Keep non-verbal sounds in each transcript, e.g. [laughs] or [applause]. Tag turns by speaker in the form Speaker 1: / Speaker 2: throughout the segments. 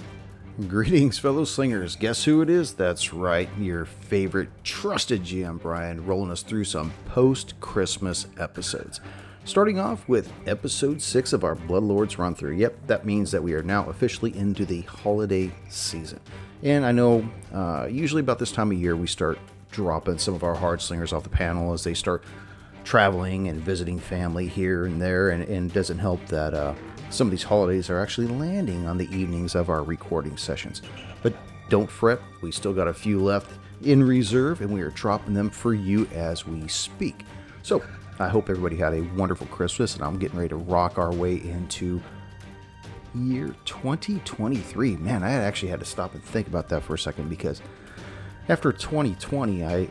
Speaker 1: [laughs] Greetings, fellow slingers. Guess who it is? That's right, your favorite trusted GM Brian, rolling us through some post Christmas episodes. Starting off with episode six of our Bloodlords run through. Yep, that means that we are now officially into the holiday season. And I know uh, usually about this time of year we start dropping some of our hard slingers off the panel as they start traveling and visiting family here and there, and, and doesn't help that uh, some of these holidays are actually landing on the evenings of our recording sessions. But don't fret, we still got a few left in reserve, and we are dropping them for you as we speak. So I hope everybody had a wonderful Christmas, and I'm getting ready to rock our way into year 2023. Man, I actually had to stop and think about that for a second because after 2020 i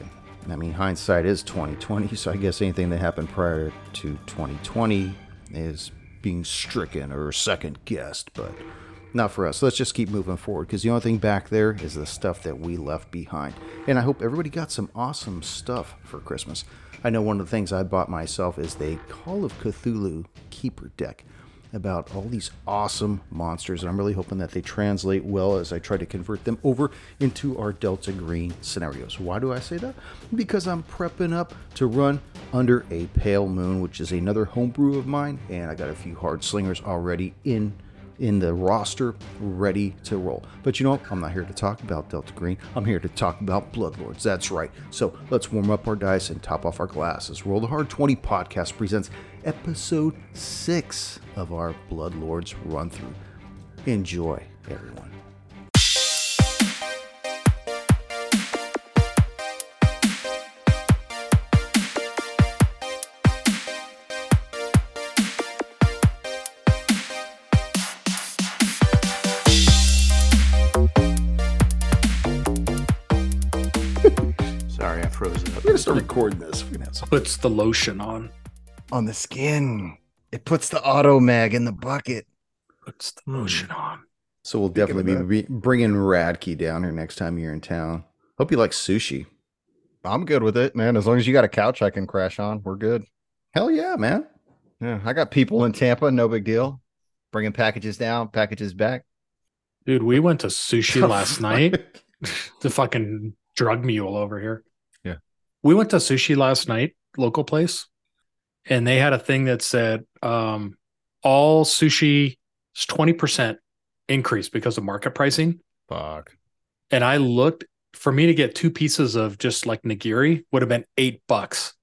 Speaker 1: i mean hindsight is 2020 so i guess anything that happened prior to 2020 is being stricken or second guessed but not for us let's just keep moving forward because the only thing back there is the stuff that we left behind and i hope everybody got some awesome stuff for christmas i know one of the things i bought myself is the call of cthulhu keeper deck about all these awesome monsters, and I'm really hoping that they translate well as I try to convert them over into our Delta Green scenarios. Why do I say that? Because I'm prepping up to run Under a Pale Moon, which is another homebrew of mine, and I got a few hard slingers already in in the roster ready to roll. But you know what? I'm not here to talk about Delta Green. I'm here to talk about Bloodlords. That's right. So let's warm up our dice and top off our glasses. Roll the Hard 20 podcast presents episode six of our Bloodlords run through. Enjoy, everyone.
Speaker 2: Sorry, I froze it up.
Speaker 1: We're gonna start recording this. We're gonna have some-
Speaker 3: puts the lotion on.
Speaker 4: on the skin. It puts the auto mag in the bucket.
Speaker 3: Puts the lotion on.
Speaker 1: So we'll
Speaker 4: Speaking of
Speaker 1: definitely be be bringing Radke down here next time you're in town. Hope you like sushi.
Speaker 4: I'm good with it, man. As long as you got a couch I can crash on, we're good.
Speaker 1: Hell yeah, man.
Speaker 4: Yeah, I got people in Tampa, no big deal. Bringing packages down, packages back.
Speaker 3: Dude, we went to [laughs] sushi
Speaker 1: [laughs]
Speaker 3: last night. the fucking drug mule over here.
Speaker 4: Yeah.
Speaker 3: We went to sushi last night, local place, and they had a thing that said um all sushi is 20% increase because of market pricing.
Speaker 4: Fuck.
Speaker 3: And I looked for me to get two pieces of just like nigiri would have been eight bucks.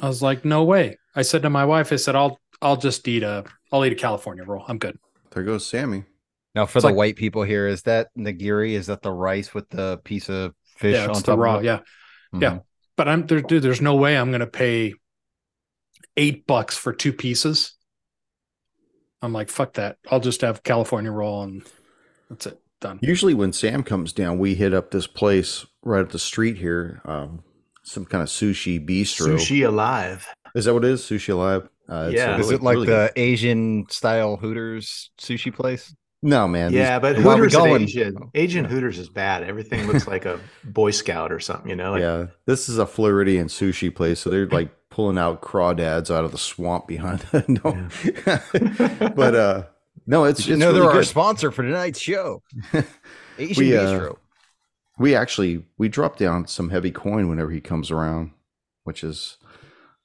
Speaker 3: I was like, no way. I said to my wife, I said, I'll I'll just eat a I'll eat a California roll. I'm good.
Speaker 1: There goes Sammy.
Speaker 4: Now for
Speaker 3: It's
Speaker 4: the
Speaker 3: like-
Speaker 4: white people here, is that nigiri? Is that the rice with the piece of fish
Speaker 3: yeah,
Speaker 4: on
Speaker 3: it's
Speaker 4: top
Speaker 3: the
Speaker 4: of
Speaker 3: raw.
Speaker 4: it?
Speaker 3: Yeah, yeah.
Speaker 4: Mhm.
Speaker 3: but I'm there, dude. There's no way I'm gonna pay eight bucks for two pieces. I'm like, fuck that. I'll just have California roll and that's it. Done.
Speaker 1: Usually, when Sam comes down, we hit up this place right up the street here, um, some kind of sushi bistro.
Speaker 2: Sushi alive.
Speaker 1: Is that what it is? Sushi Alive? Uh, it's
Speaker 2: Yeah.
Speaker 4: Is
Speaker 1: really-
Speaker 4: it like
Speaker 1: really
Speaker 4: the
Speaker 1: good.
Speaker 4: Asian style Hooters sushi place?
Speaker 1: No, man.
Speaker 2: yeah, but
Speaker 4: where we
Speaker 2: Hooters and
Speaker 4: going?
Speaker 2: Asian.
Speaker 4: Oh,
Speaker 2: Asian
Speaker 4: yeah.
Speaker 2: Hooters is bad. Everything looks like a Boy Scout or something, you know?
Speaker 1: these-
Speaker 2: [laughs] Like,
Speaker 1: yeah. This is a Floridian sushi place, so they're like pulling out crawdads out of the swamp behind. [laughs] no, but uh, no, it's,
Speaker 4: Did
Speaker 1: it's
Speaker 4: you know
Speaker 1: really
Speaker 4: they're our
Speaker 1: good.
Speaker 4: sponsor for tonight's [laughs] show. Asian
Speaker 1: We, uh,
Speaker 4: Bistro.
Speaker 1: we actually we drop down some heavy coin whenever he comes around, which is.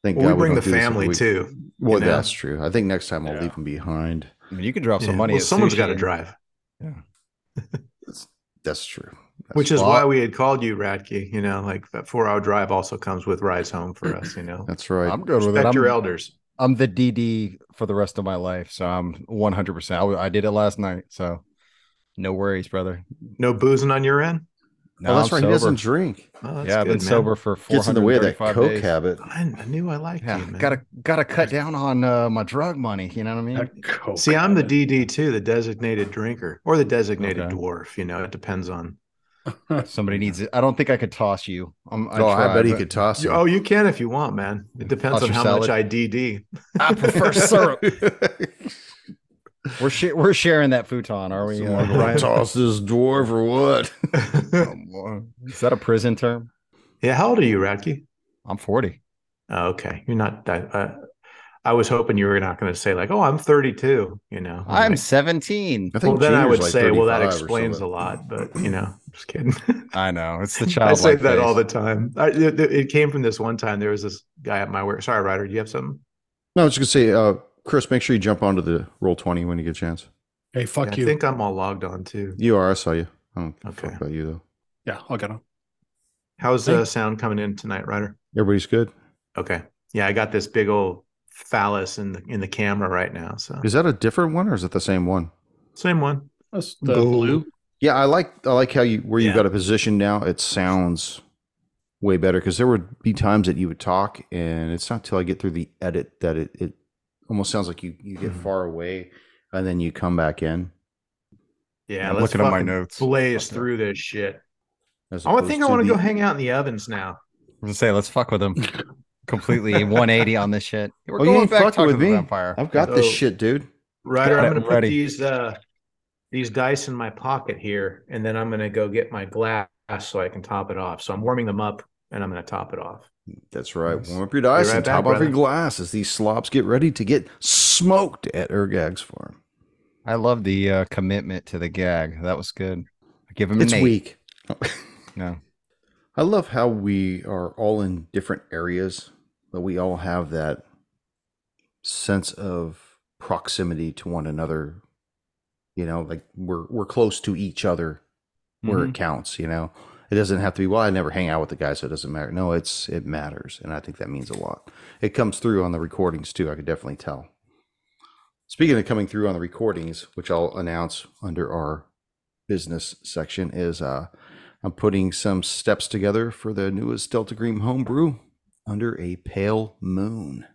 Speaker 1: Thank
Speaker 2: well,
Speaker 1: God
Speaker 2: we
Speaker 1: we
Speaker 2: bring the
Speaker 1: don't do this every
Speaker 2: family
Speaker 1: week.
Speaker 2: too.
Speaker 1: Well,
Speaker 2: you know?
Speaker 1: that's true. I think next time I'll
Speaker 3: Yeah.
Speaker 1: leave him behind.
Speaker 4: I mean, you can drop
Speaker 2: Yeah.
Speaker 4: some money.
Speaker 2: Well,
Speaker 4: at
Speaker 2: someone's
Speaker 4: sushi
Speaker 2: got to
Speaker 4: and-
Speaker 2: drive,
Speaker 1: That's true. That's
Speaker 2: which is
Speaker 1: true.
Speaker 2: why we had called you, Radke. You know, like that four hour drive also comes with rides home for us, you know?
Speaker 1: That's right.
Speaker 4: I'm good with it.
Speaker 2: Respect your
Speaker 4: I'm-
Speaker 2: elders.
Speaker 4: I'm the DD for the rest of my life, so I'm 100. percent I, w- I did it last night, so no worries, brother.
Speaker 2: No boozing on your end?
Speaker 4: No,
Speaker 1: oh, that's
Speaker 4: I'm
Speaker 1: right.
Speaker 4: sober.
Speaker 1: He doesn't drink.
Speaker 2: Oh, that's
Speaker 4: yeah, I've been
Speaker 2: good, man.
Speaker 4: sober for
Speaker 1: Gets in the way of that
Speaker 4: 435
Speaker 1: coke
Speaker 4: days.
Speaker 1: habit.
Speaker 2: I, I knew I liked
Speaker 4: Yeah,
Speaker 2: you, man.
Speaker 4: gotta gotta cut down on uh, my drug money. You know what I mean?
Speaker 3: That Coke.
Speaker 2: See, I'm the DD too, the designated drinker or the designated
Speaker 4: Okay.
Speaker 2: dwarf. You know, it depends on.
Speaker 4: Somebody needs it. I don't think I could toss you. I'm, I
Speaker 1: oh, I
Speaker 4: tried,
Speaker 1: bet he
Speaker 4: but
Speaker 1: could toss
Speaker 2: You-
Speaker 1: it. [laughs]
Speaker 2: oh, you can if you want, man. It depends
Speaker 4: Toss
Speaker 2: on
Speaker 4: your
Speaker 2: how much
Speaker 4: salad.
Speaker 2: I [laughs] DD.
Speaker 1: [laughs]
Speaker 4: I prefer syrup. We're sh- we're sharing that futon, are we?
Speaker 1: Someone
Speaker 4: Uh,
Speaker 1: gonna
Speaker 4: Brian?
Speaker 1: toss this dwarf or
Speaker 4: [laughs]
Speaker 1: what?
Speaker 4: Come on. [laughs] Is that a prison term?
Speaker 2: yeah, how old are you, Radke?
Speaker 4: I'm 40.
Speaker 2: Oh, okay, you're not that. Uh, I was hoping you were not going to say like, "Oh, I'm 32." You know,
Speaker 5: I'm
Speaker 1: [laughs]
Speaker 2: Like,
Speaker 5: 17.
Speaker 1: I think
Speaker 2: well, then I
Speaker 1: Junior's
Speaker 2: would
Speaker 1: like
Speaker 2: say, "Well, that
Speaker 1: 35 or
Speaker 2: explains a
Speaker 1: something.
Speaker 2: lot," but you know,
Speaker 1: [laughs]
Speaker 2: just kidding. [laughs]
Speaker 5: I know it's the child.
Speaker 2: I say that all the time. I, it, it came from this one time. There was this guy at my work. Sorry, Ryder. Do you have something?
Speaker 1: No, I was just gonna say, uh, Chris, make sure you jump onto the roll twenty when you get a chance.
Speaker 3: Hey, fuck
Speaker 2: Yeah,
Speaker 3: you.
Speaker 2: I think I'm all logged on too.
Speaker 1: You are. I saw you. I don't give a
Speaker 2: Okay.
Speaker 1: fuck about you though.
Speaker 3: yeah, I'll get on.
Speaker 2: How's the
Speaker 3: Thanks.
Speaker 2: sound coming in tonight, Ryder?
Speaker 1: Everybody's good.
Speaker 2: Okay. Yeah, I got this big old phallus in the in the camera right now. So
Speaker 1: Is that a different one or is it the same one?
Speaker 2: same one.
Speaker 3: That's the
Speaker 2: Go.
Speaker 3: blue.
Speaker 1: Yeah, I like I like how you where you've
Speaker 2: Yeah.
Speaker 1: got a position now. It sounds way better because there would be times that you would talk, and it's not till I get through the edit that it, it almost sounds like you you get
Speaker 2: Mhm.
Speaker 1: far away and then you come back in.
Speaker 2: Yeah,
Speaker 5: I'm
Speaker 2: let's
Speaker 5: looking at my
Speaker 2: fucking
Speaker 5: notes.
Speaker 2: Blaze
Speaker 5: Fuck
Speaker 2: through this shit.
Speaker 1: as
Speaker 2: I
Speaker 1: opposed
Speaker 2: think I want to
Speaker 1: the-
Speaker 2: go hang out in the ovens now.
Speaker 5: I'm gonna say let's
Speaker 1: [laughs]
Speaker 5: fuck with him. Completely 180 on this shit. We're
Speaker 1: Oh, you ain't fucking with me.
Speaker 5: vampire.
Speaker 1: I've got this
Speaker 2: So-
Speaker 1: shit, dude.
Speaker 2: Ryder,
Speaker 5: Got it,
Speaker 2: I'm gonna
Speaker 5: I'm
Speaker 2: put
Speaker 5: ready.
Speaker 2: these uh these dice in my pocket here, and then I'm gonna go get my glass so I can top it off. So I'm warming them up and I'm gonna top it off.
Speaker 1: That's right.
Speaker 5: Nice.
Speaker 1: Warm up your dice
Speaker 2: right
Speaker 1: and
Speaker 2: back,
Speaker 1: top off
Speaker 2: brother.
Speaker 1: your glass as these slops get ready to get smoked at Ergag's farm.
Speaker 5: I love the uh, commitment to the gag. That was good. I give him
Speaker 1: It's
Speaker 5: an eight.
Speaker 1: weak.
Speaker 5: [laughs] No.
Speaker 1: I love how we are all in different areas, but we all have that sense of proximity to one another. You know, like we're we're close to each other
Speaker 5: Mm-hmm.
Speaker 1: where it counts, you know. It doesn't have to be well, I never hang out with the guy, so it doesn't matter. No, it's it matters, and I think that means a lot. It comes through on the recordings too, I could definitely tell. Speaking of coming through on the recordings, which I'll announce under our business section, is uh I'm putting some steps together for the newest Delta Green homebrew under a pale moon.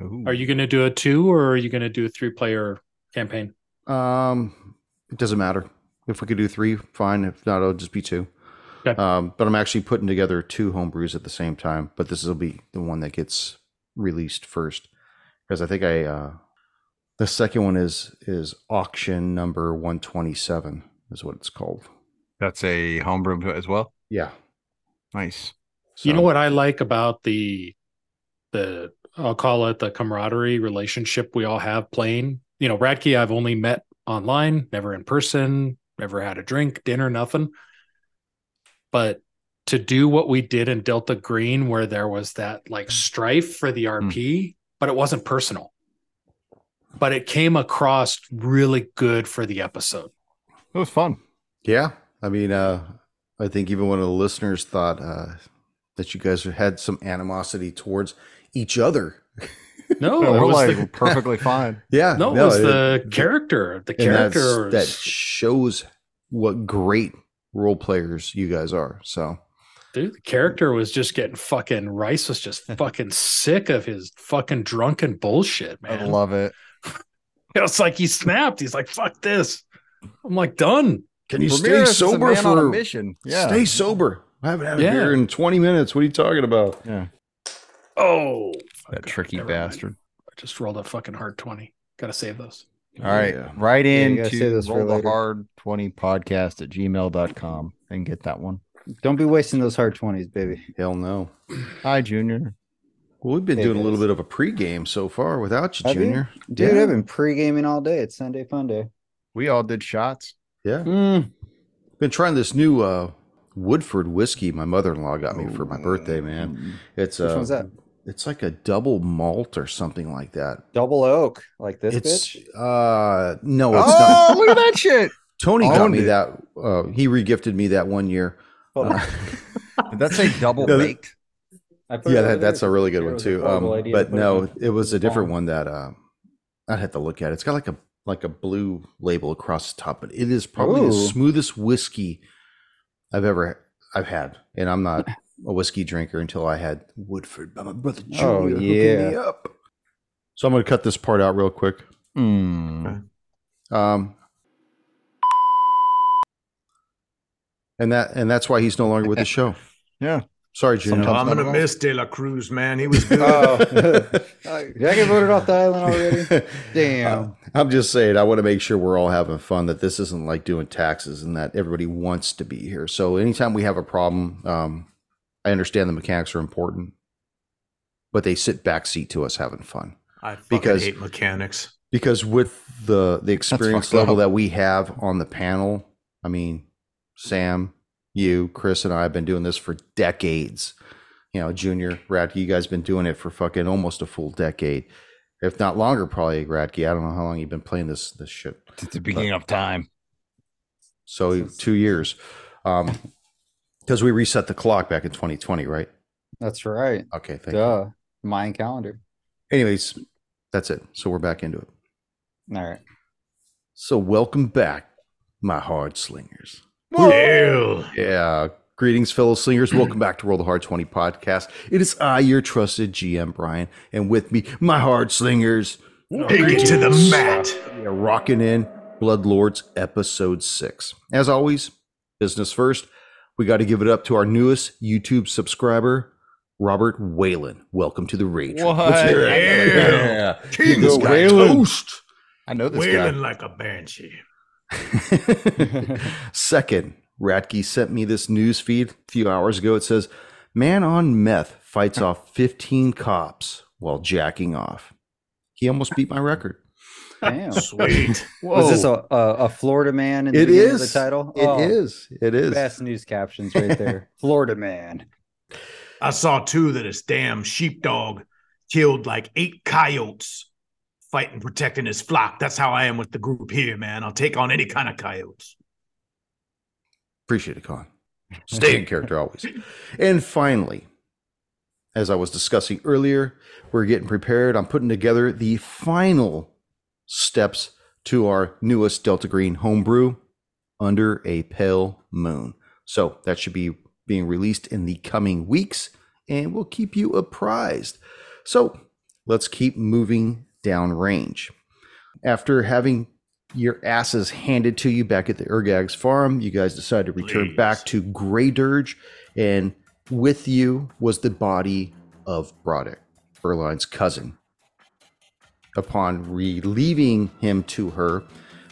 Speaker 5: Ooh.
Speaker 3: Are you going to do a two or are you going to do a three player campaign?
Speaker 1: Um, it doesn't matter if we could do three, fine. If not, it'll just be two.
Speaker 3: Okay.
Speaker 1: Um, but I'm actually putting together two homebrews at the same time. But this will be the one that gets released first, because I think I uh, the second one is is auction number 127 is what it's called.
Speaker 5: That's a homebrew as well.
Speaker 1: Yeah.
Speaker 5: Nice.
Speaker 3: You know
Speaker 1: So-
Speaker 3: what I like about the the I'll call it the camaraderie relationship we all have playing. You know, Radke I've only met online, never in person, never had a drink, dinner, nothing. But to do what we did in Delta Green where there was that like strife for the
Speaker 5: Hmm.
Speaker 3: RP, but it wasn't personal. But it came across really good for the
Speaker 5: [laughs]
Speaker 3: episode.
Speaker 5: It was fun.
Speaker 1: Yeah. I mean, uh, I think even one of the listeners thought uh, that you guys had some animosity towards each other. [laughs]
Speaker 3: No,
Speaker 1: Oh,
Speaker 5: No,
Speaker 3: it
Speaker 5: we're
Speaker 3: was
Speaker 5: like
Speaker 3: the-
Speaker 5: perfectly fine.
Speaker 1: Yeah.
Speaker 3: no, it was
Speaker 1: it-
Speaker 3: the character. The
Speaker 1: and that's-
Speaker 3: character
Speaker 1: that shows what great role players you guys are. So
Speaker 3: Dude, the character was just getting fucking Rice was just fucking sick of his fucking drunken bullshit, man. [laughs]
Speaker 5: I love it.
Speaker 3: it's like he snapped. He's like, fuck this. I'm like, done.
Speaker 1: can you
Speaker 5: Ramirez
Speaker 1: stay
Speaker 5: is a
Speaker 1: sober
Speaker 5: man on a
Speaker 1: for
Speaker 5: mission? Yeah.
Speaker 1: stay sober? I haven't had a
Speaker 3: Yeah.
Speaker 1: beer in 20 minutes. What are you talking about?
Speaker 5: yeah.
Speaker 3: Oh
Speaker 5: That
Speaker 3: fuck.
Speaker 5: tricky
Speaker 3: Never mind.
Speaker 5: bastard.
Speaker 3: I just rolled a fucking hard 20. Gotta save those.
Speaker 5: All right.
Speaker 1: Yeah.
Speaker 5: Right
Speaker 4: Yeah, you
Speaker 5: in
Speaker 4: gotta
Speaker 5: to
Speaker 4: save this for
Speaker 5: roll the
Speaker 4: later.
Speaker 5: hard 20 podcast at gmail.com and get that one.
Speaker 4: Don't be wasting those hard 20s, baby.
Speaker 1: Hell no.
Speaker 5: Hi, Junior.
Speaker 1: Well, we've been
Speaker 4: Hey,
Speaker 1: doing a
Speaker 4: guys.
Speaker 1: little bit of a pregame so far without you,
Speaker 4: Have you?
Speaker 1: Junior.
Speaker 4: Dude,
Speaker 1: Yeah.
Speaker 4: I've been pre gaming all day. It's Sunday fun day. Mm.
Speaker 5: We all did shots.
Speaker 1: Yeah. Been trying this new uh, Woodford whiskey my mother in law got me for my birthday, man. It's
Speaker 4: Which
Speaker 1: uh,
Speaker 4: one's that?
Speaker 1: It's like a double malt or something like that.
Speaker 4: Double oak, like this
Speaker 1: it's
Speaker 4: bitch.
Speaker 1: uh no, it's
Speaker 5: Oh,
Speaker 1: not.
Speaker 5: [laughs] look at that shit.
Speaker 1: Tony got
Speaker 5: Owned
Speaker 1: me
Speaker 5: it.
Speaker 1: that. Uh, he regifted me that one year.
Speaker 4: Hold on.
Speaker 1: Uh,
Speaker 5: [laughs] Did that say double
Speaker 1: No, that-
Speaker 5: baked?
Speaker 4: I put it
Speaker 1: yeah,
Speaker 4: over
Speaker 1: that,
Speaker 4: there.
Speaker 1: that's a really good
Speaker 4: It
Speaker 1: one
Speaker 4: was a
Speaker 1: too.
Speaker 4: horrible
Speaker 1: Um,
Speaker 4: idea to
Speaker 1: but
Speaker 4: put it
Speaker 1: no,
Speaker 4: in
Speaker 1: it was a different
Speaker 4: bomb.
Speaker 1: one that uh, I'd have to look at. It's got like a like a blue label across the top, but it is probably the
Speaker 4: Ooh.
Speaker 1: smoothest whiskey I've ever I've had, and I'm not a whiskey drinker until I had Woodford by my brother Junior
Speaker 4: Oh,
Speaker 1: hooking me
Speaker 4: yeah.
Speaker 1: up. So I'm going to cut this part out real quick. mm.
Speaker 5: Hmm.
Speaker 4: Uh,
Speaker 2: Okay.
Speaker 1: Um, and that and that's why he's no longer with the show.
Speaker 5: [laughs] Yeah.
Speaker 1: Sorry, Junior.
Speaker 4: Sometimes-
Speaker 2: I'm gonna
Speaker 4: not
Speaker 2: miss De La Cruz, man. He
Speaker 5: [laughs]
Speaker 2: was good.
Speaker 1: Oh.
Speaker 5: Oh.
Speaker 4: Uh, Did I get voted off the island
Speaker 1: [laughs]
Speaker 4: [laughs] already? Damn.
Speaker 1: Uh, I'm just saying, I want to make sure we're all having fun, that this isn't like doing taxes and that everybody wants to be here. So, anytime we have a problem, um, I understand the mechanics are important, but they sit backseat to us having fun.
Speaker 2: I fucking
Speaker 1: Because-
Speaker 2: hate mechanics.
Speaker 1: because with the the experience
Speaker 5: fucked
Speaker 1: level
Speaker 5: up.
Speaker 1: that we have on the panel i mean sam you chris and i have been doing this for decades you know junior radke you guys been doing it for fucking almost a full decade if not longer probably radke i don't know how long you've been playing this this shit
Speaker 5: It's the beginning of time.
Speaker 1: so two years um because we reset the clock back in 2020 right
Speaker 4: That's right.
Speaker 1: okay thank you
Speaker 4: Duh. Mayan calendar.
Speaker 1: anyways that's it so we're back into it [laughs]
Speaker 4: All right.
Speaker 1: so welcome back my hard slingers
Speaker 2: Ew.
Speaker 1: Yeah. Greetings, fellow
Speaker 2: [clears throat]
Speaker 1: slingers. Welcome back to Roll the Hard 20 podcast. It is I, your trusted GM, Brian, and with me, my hard slingers.
Speaker 2: Take it to the mat.
Speaker 1: We are rocking in Blood Lords episode six. As always, business first. We got to give it up to our newest YouTube subscriber, Robert Whalen. Welcome to the Rage. Room.
Speaker 5: What?
Speaker 1: Let's hear it.
Speaker 2: Yeah. King
Speaker 1: This
Speaker 5: Yo,
Speaker 1: guy
Speaker 5: Whalen.
Speaker 1: toast.
Speaker 5: I know this
Speaker 2: Wailing
Speaker 5: guy.
Speaker 2: like a banshee.
Speaker 1: [laughs] Second, Ratke sent me this news feed a few hours ago. It says, Man on meth fights off 15 cops while jacking off. He almost beat my
Speaker 4: [laughs]
Speaker 1: record.
Speaker 4: Damn.
Speaker 5: [laughs]
Speaker 2: Sweet.
Speaker 4: Was this a, a, a Florida man in the,
Speaker 1: It
Speaker 4: beginning of
Speaker 1: is.
Speaker 4: the title?
Speaker 1: It
Speaker 4: Oh,
Speaker 1: is. It is.
Speaker 4: Best news captions
Speaker 1: [laughs]
Speaker 4: right there. Florida man.
Speaker 2: I saw too that his damn sheepdog killed like eight coyotes fighting, protecting his flock. That's how I am with the group here, man. I'll take on any kind of coyotes.
Speaker 1: Appreciate it, Con. Stay in character always. And finally, as I was discussing earlier, we're getting prepared. I'm putting together the final steps to our newest Delta Green homebrew under a pale moon. So that should be being released in the coming weeks, and we'll keep you apprised. So let's keep moving down range. After having your asses handed to you back at the Ergags farm. You guys decided to return
Speaker 2: Please.
Speaker 1: back to Grey Dirge, and with you was the body of Broderick, Berline's cousin. Upon relieving him to her,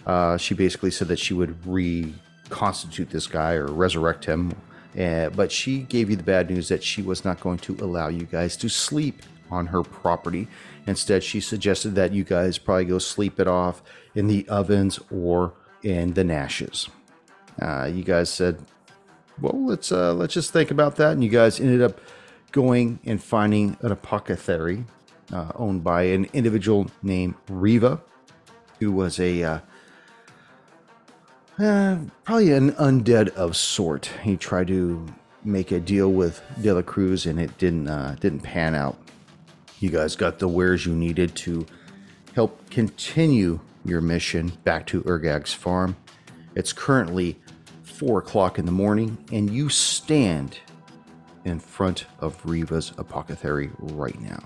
Speaker 1: uh, she basically said that she would reconstitute this guy or resurrect him. Uh, but she gave you the bad news that she was not going to allow you guys to sleep on her property. Instead, she suggested that you guys probably go sleep it off in the ovens or in the nashes. Uh, you guys said, "Well, let's uh, let's just think about that." And you guys ended up going and finding an apothecary uh, owned by an individual named Riva, who was a uh, uh, probably an undead of sort. He tried to make a deal with De La Cruz, and it didn't uh, didn't pan out. You guys got the wares you needed to help continue your mission back to Ergag's farm. It's currently four o'clock in the morning, and you stand in front of Riva's apothecary right now.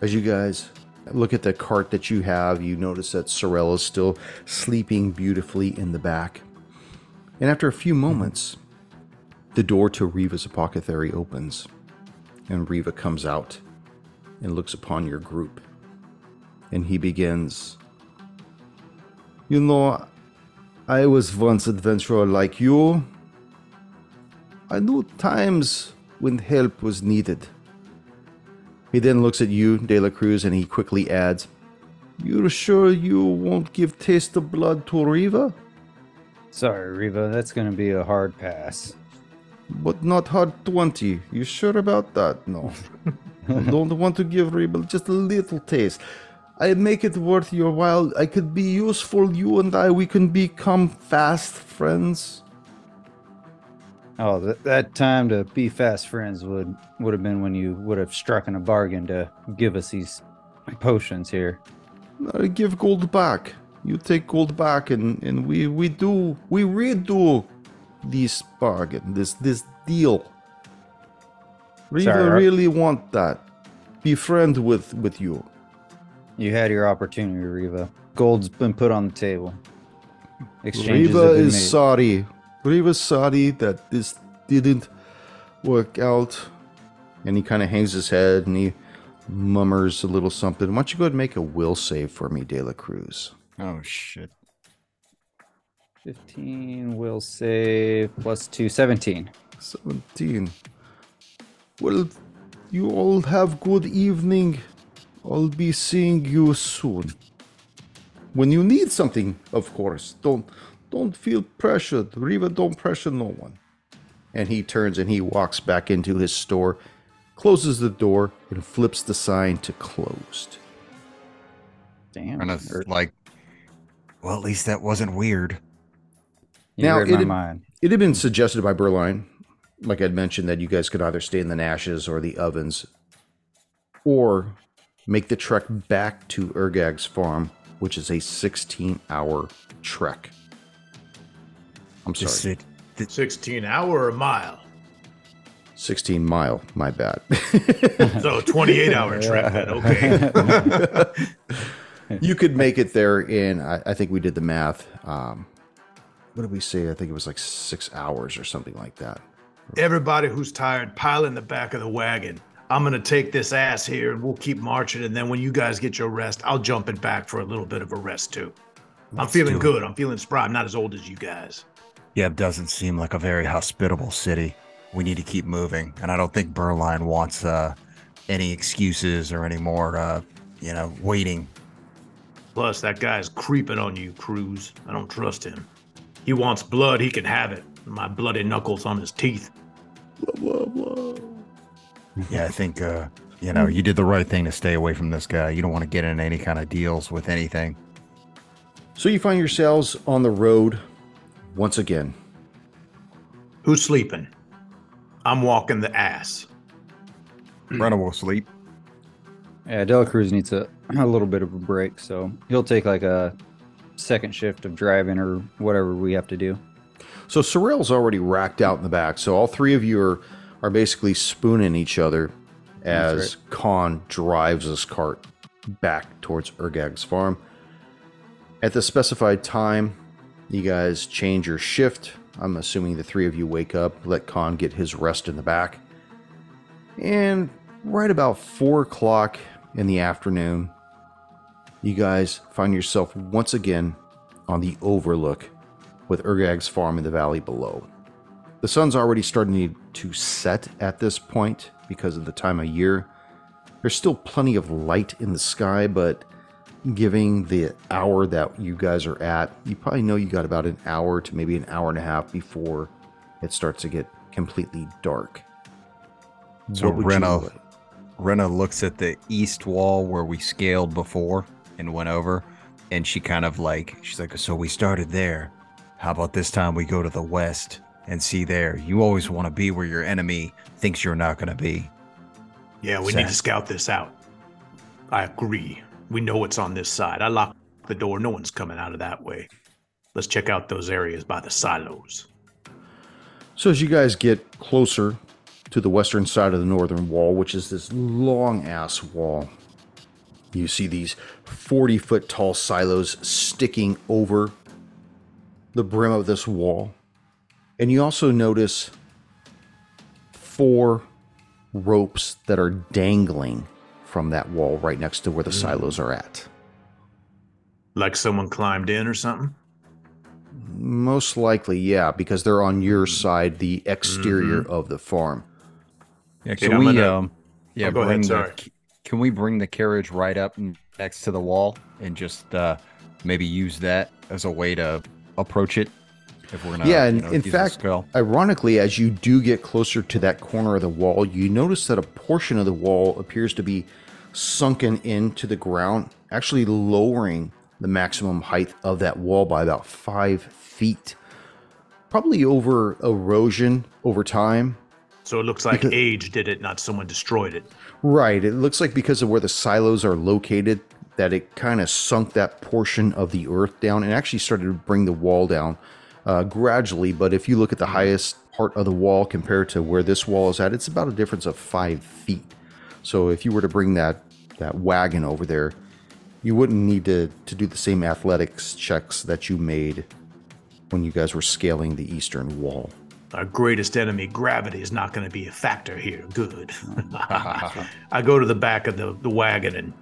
Speaker 1: As you guys look at the cart that you have, you notice that Sorel is still sleeping beautifully in the back. And after a few moments, the door to Riva's apothecary opens, and Riva comes out and looks upon your group. And he begins, You know, I was once adventurer like you. I knew times when help was needed. He then looks at you, De La Cruz, and he quickly adds, You're sure you won't give taste of blood to Riva?
Speaker 4: Sorry, Reva. That's going to be a hard pass.
Speaker 1: But not hard 20. You sure about that? No. I don't want to give Riva just a little taste. I make it worth your while. I could be useful. You and I, we can become fast friends.
Speaker 4: Oh, that, that time to be fast friends would would have been when you would have struck in a bargain to give us these potions here.
Speaker 1: I Uh, give gold back. You take gold back, and, and we we do we redo this bargain, this this deal. Riva
Speaker 4: Sorry, I-
Speaker 1: really want that. Be friend with with you.
Speaker 4: You had your opportunity, Reva. Gold's been put on the table. Exchanges
Speaker 1: Riva
Speaker 4: have been
Speaker 1: is
Speaker 4: made.
Speaker 1: sorry. Riva's sorry that this didn't work out. And he kind of hangs his head and he mummers a little something. Why don't you go ahead and make a will save for me, De La Cruz?
Speaker 5: Oh shit.
Speaker 4: 15 will save plus 2 17
Speaker 1: 17. Well, you all have good evening. I'll be seeing you soon. When you need something, of course. Don't don't feel pressured. Riva don't pressure no one. And he turns and he walks back into his store, closes the door, and flips the sign to closed.
Speaker 4: Damn. Er,
Speaker 5: And it's like, well, at least that wasn't weird.
Speaker 4: you
Speaker 1: Now,
Speaker 4: read my
Speaker 1: it-
Speaker 4: mind.
Speaker 1: It had been suggested by Berline, like I'd mentioned, that you guys could either stay in the Nashes or the ovens, or make the trek back to Ergag's farm, which is a 16 hour trek. I'm sorry,
Speaker 5: Just sit.
Speaker 2: 16 hour or a mile.
Speaker 1: 16 mile, my bad. [laughs]
Speaker 2: So 28 hour trek. then, Okay.
Speaker 1: you could make it there in, I, I think we did the math. Um, what did we say? I think it was like six hours or something like that.
Speaker 2: Everybody who's tired, pile in the back of the wagon. I'm going to take this ass here and we'll keep marching. And then when you guys get your rest, I'll jump it back for a little bit of a rest too. I'm feeling good. I'm feeling spry. I'm not as old as you guys.
Speaker 5: Yeb doesn't seem like a very hospitable city. We need to keep moving, and I don't think Berline wants uh, any excuses or any more, uh, you know, waiting.
Speaker 2: Plus, that guy's creeping on you, Cruz. I don't trust him. He wants blood. He can have it. My bloody knuckles on his teeth.
Speaker 1: Blah, blah, blah.
Speaker 5: Yeah, I think uh, you know you did the right thing to stay away from this guy. You don't want to get in any kind of deals with anything.
Speaker 1: So you find yourselves on the road once again.
Speaker 2: Who's sleeping? I'm walking the ass.
Speaker 5: Brenna will sleep.
Speaker 4: Yeah, Dela Cruz needs a, [clears throat] a little bit of a break, so he'll take like a second shift of driving or whatever we have to do.
Speaker 1: So Sorrel's already racked out in the back. So all three of you are, are basically spooning each other as Khan drives his cart back towards Ergag's farm. At the specified time, you guys change your shift. I'm assuming the three of you wake up, let Khan get his rest in the back. And right about four o'clock in the afternoon, you guys find yourself once again on the overlook with Ergag's farm in the valley below. The sun's already starting to set at this point because of the time of year. There's still plenty of light in the sky, but giving the hour that you guys are at, you probably know you got about an hour to maybe an hour and a half before it starts to get completely dark.
Speaker 5: So
Speaker 1: What would you
Speaker 5: Brenna
Speaker 1: like?
Speaker 5: Renna looks at the east wall where we scaled before and went over, and she kind of like she's like, "So we started there. How about this time we go to the west and see there? You always want to be where your enemy thinks you're not going to be."
Speaker 2: Yeah, we need
Speaker 5: Sad.
Speaker 2: to scout this out. I agree. We know what's on this side. I locked the door. No one's coming out of that way. Let's check out those areas by the silos.
Speaker 1: So as you guys get closer to the western side of the northern wall, which is this long ass wall, you see these 40 foot tall silos sticking over the brim of this wall. And you also notice four ropes that are dangling from that wall right next to where the silos are at.
Speaker 2: Like someone climbed in or something?
Speaker 1: Most likely, yeah, because they're on your side, the exterior of the farm.
Speaker 5: Yeah,
Speaker 2: can I'm we, gonna-
Speaker 5: um, yeah,
Speaker 2: Oh, go ahead,
Speaker 5: bring
Speaker 2: sorry.
Speaker 5: the, can we bring the carriage right up n- next to the wall and just uh, maybe use that as a way to
Speaker 4: [laughs]
Speaker 5: approach it if we're gonna
Speaker 1: Yeah, and
Speaker 5: you know,
Speaker 1: in
Speaker 5: use a
Speaker 1: fact,
Speaker 5: skull?
Speaker 1: Ironically, as you do get closer to that corner of the wall, you notice that a portion of the wall appears to be sunken into the ground, actually lowering the maximum height of that wall by about five feet. Probably over erosion over time.
Speaker 2: So it looks like
Speaker 1: Because-
Speaker 2: age did it, not someone destroyed it.
Speaker 1: Right. It looks like because of where the silos are located, that it kind of sunk that portion of the earth down and actually started to bring the wall down uh, gradually. But if you look at the highest part of the wall compared to where this wall is at, it's about a difference of five feet. So if you were to bring that that wagon over there, you wouldn't need to to do the same athletics checks that you made when you guys were scaling the eastern wall.
Speaker 2: Our greatest enemy, gravity, is not going to be a factor here. Good. [laughs] I go to the back of the, the wagon and,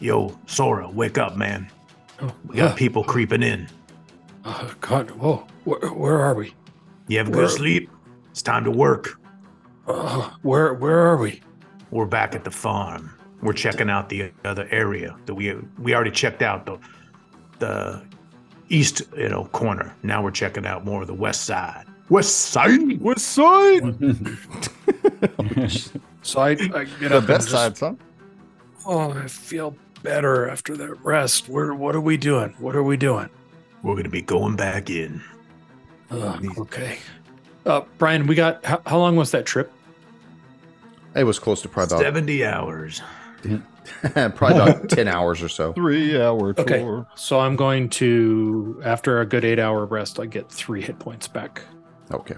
Speaker 2: yo, Sora, wake up, man.
Speaker 3: Oh,
Speaker 2: We got people creeping in.
Speaker 3: oh, God, whoa, where, where are we?
Speaker 2: You have a
Speaker 3: Where-
Speaker 2: good sleep? It's time to work.
Speaker 3: Uh, where where are we?
Speaker 2: We're back at the farm. We're checking out the other area that we we already checked out the the east you know corner. Now we're checking out more of the west side. West side.
Speaker 5: What side?
Speaker 3: So I, I get up.
Speaker 6: The
Speaker 3: and
Speaker 6: best
Speaker 3: just-
Speaker 6: side, son.
Speaker 3: Oh, I feel better after that rest. Where? What are we doing? What are we doing?
Speaker 2: We're gonna be going back in.
Speaker 3: Ugh, okay. Uh, Brian, we got. How, how long was that trip?
Speaker 1: It was close to probably about
Speaker 2: Seventy hours.
Speaker 1: [laughs] probably about 10 hours or so.
Speaker 6: Three hour tour.
Speaker 3: Okay. So I'm going to, after a good eight hour rest, I get three hit points back.
Speaker 1: Okay.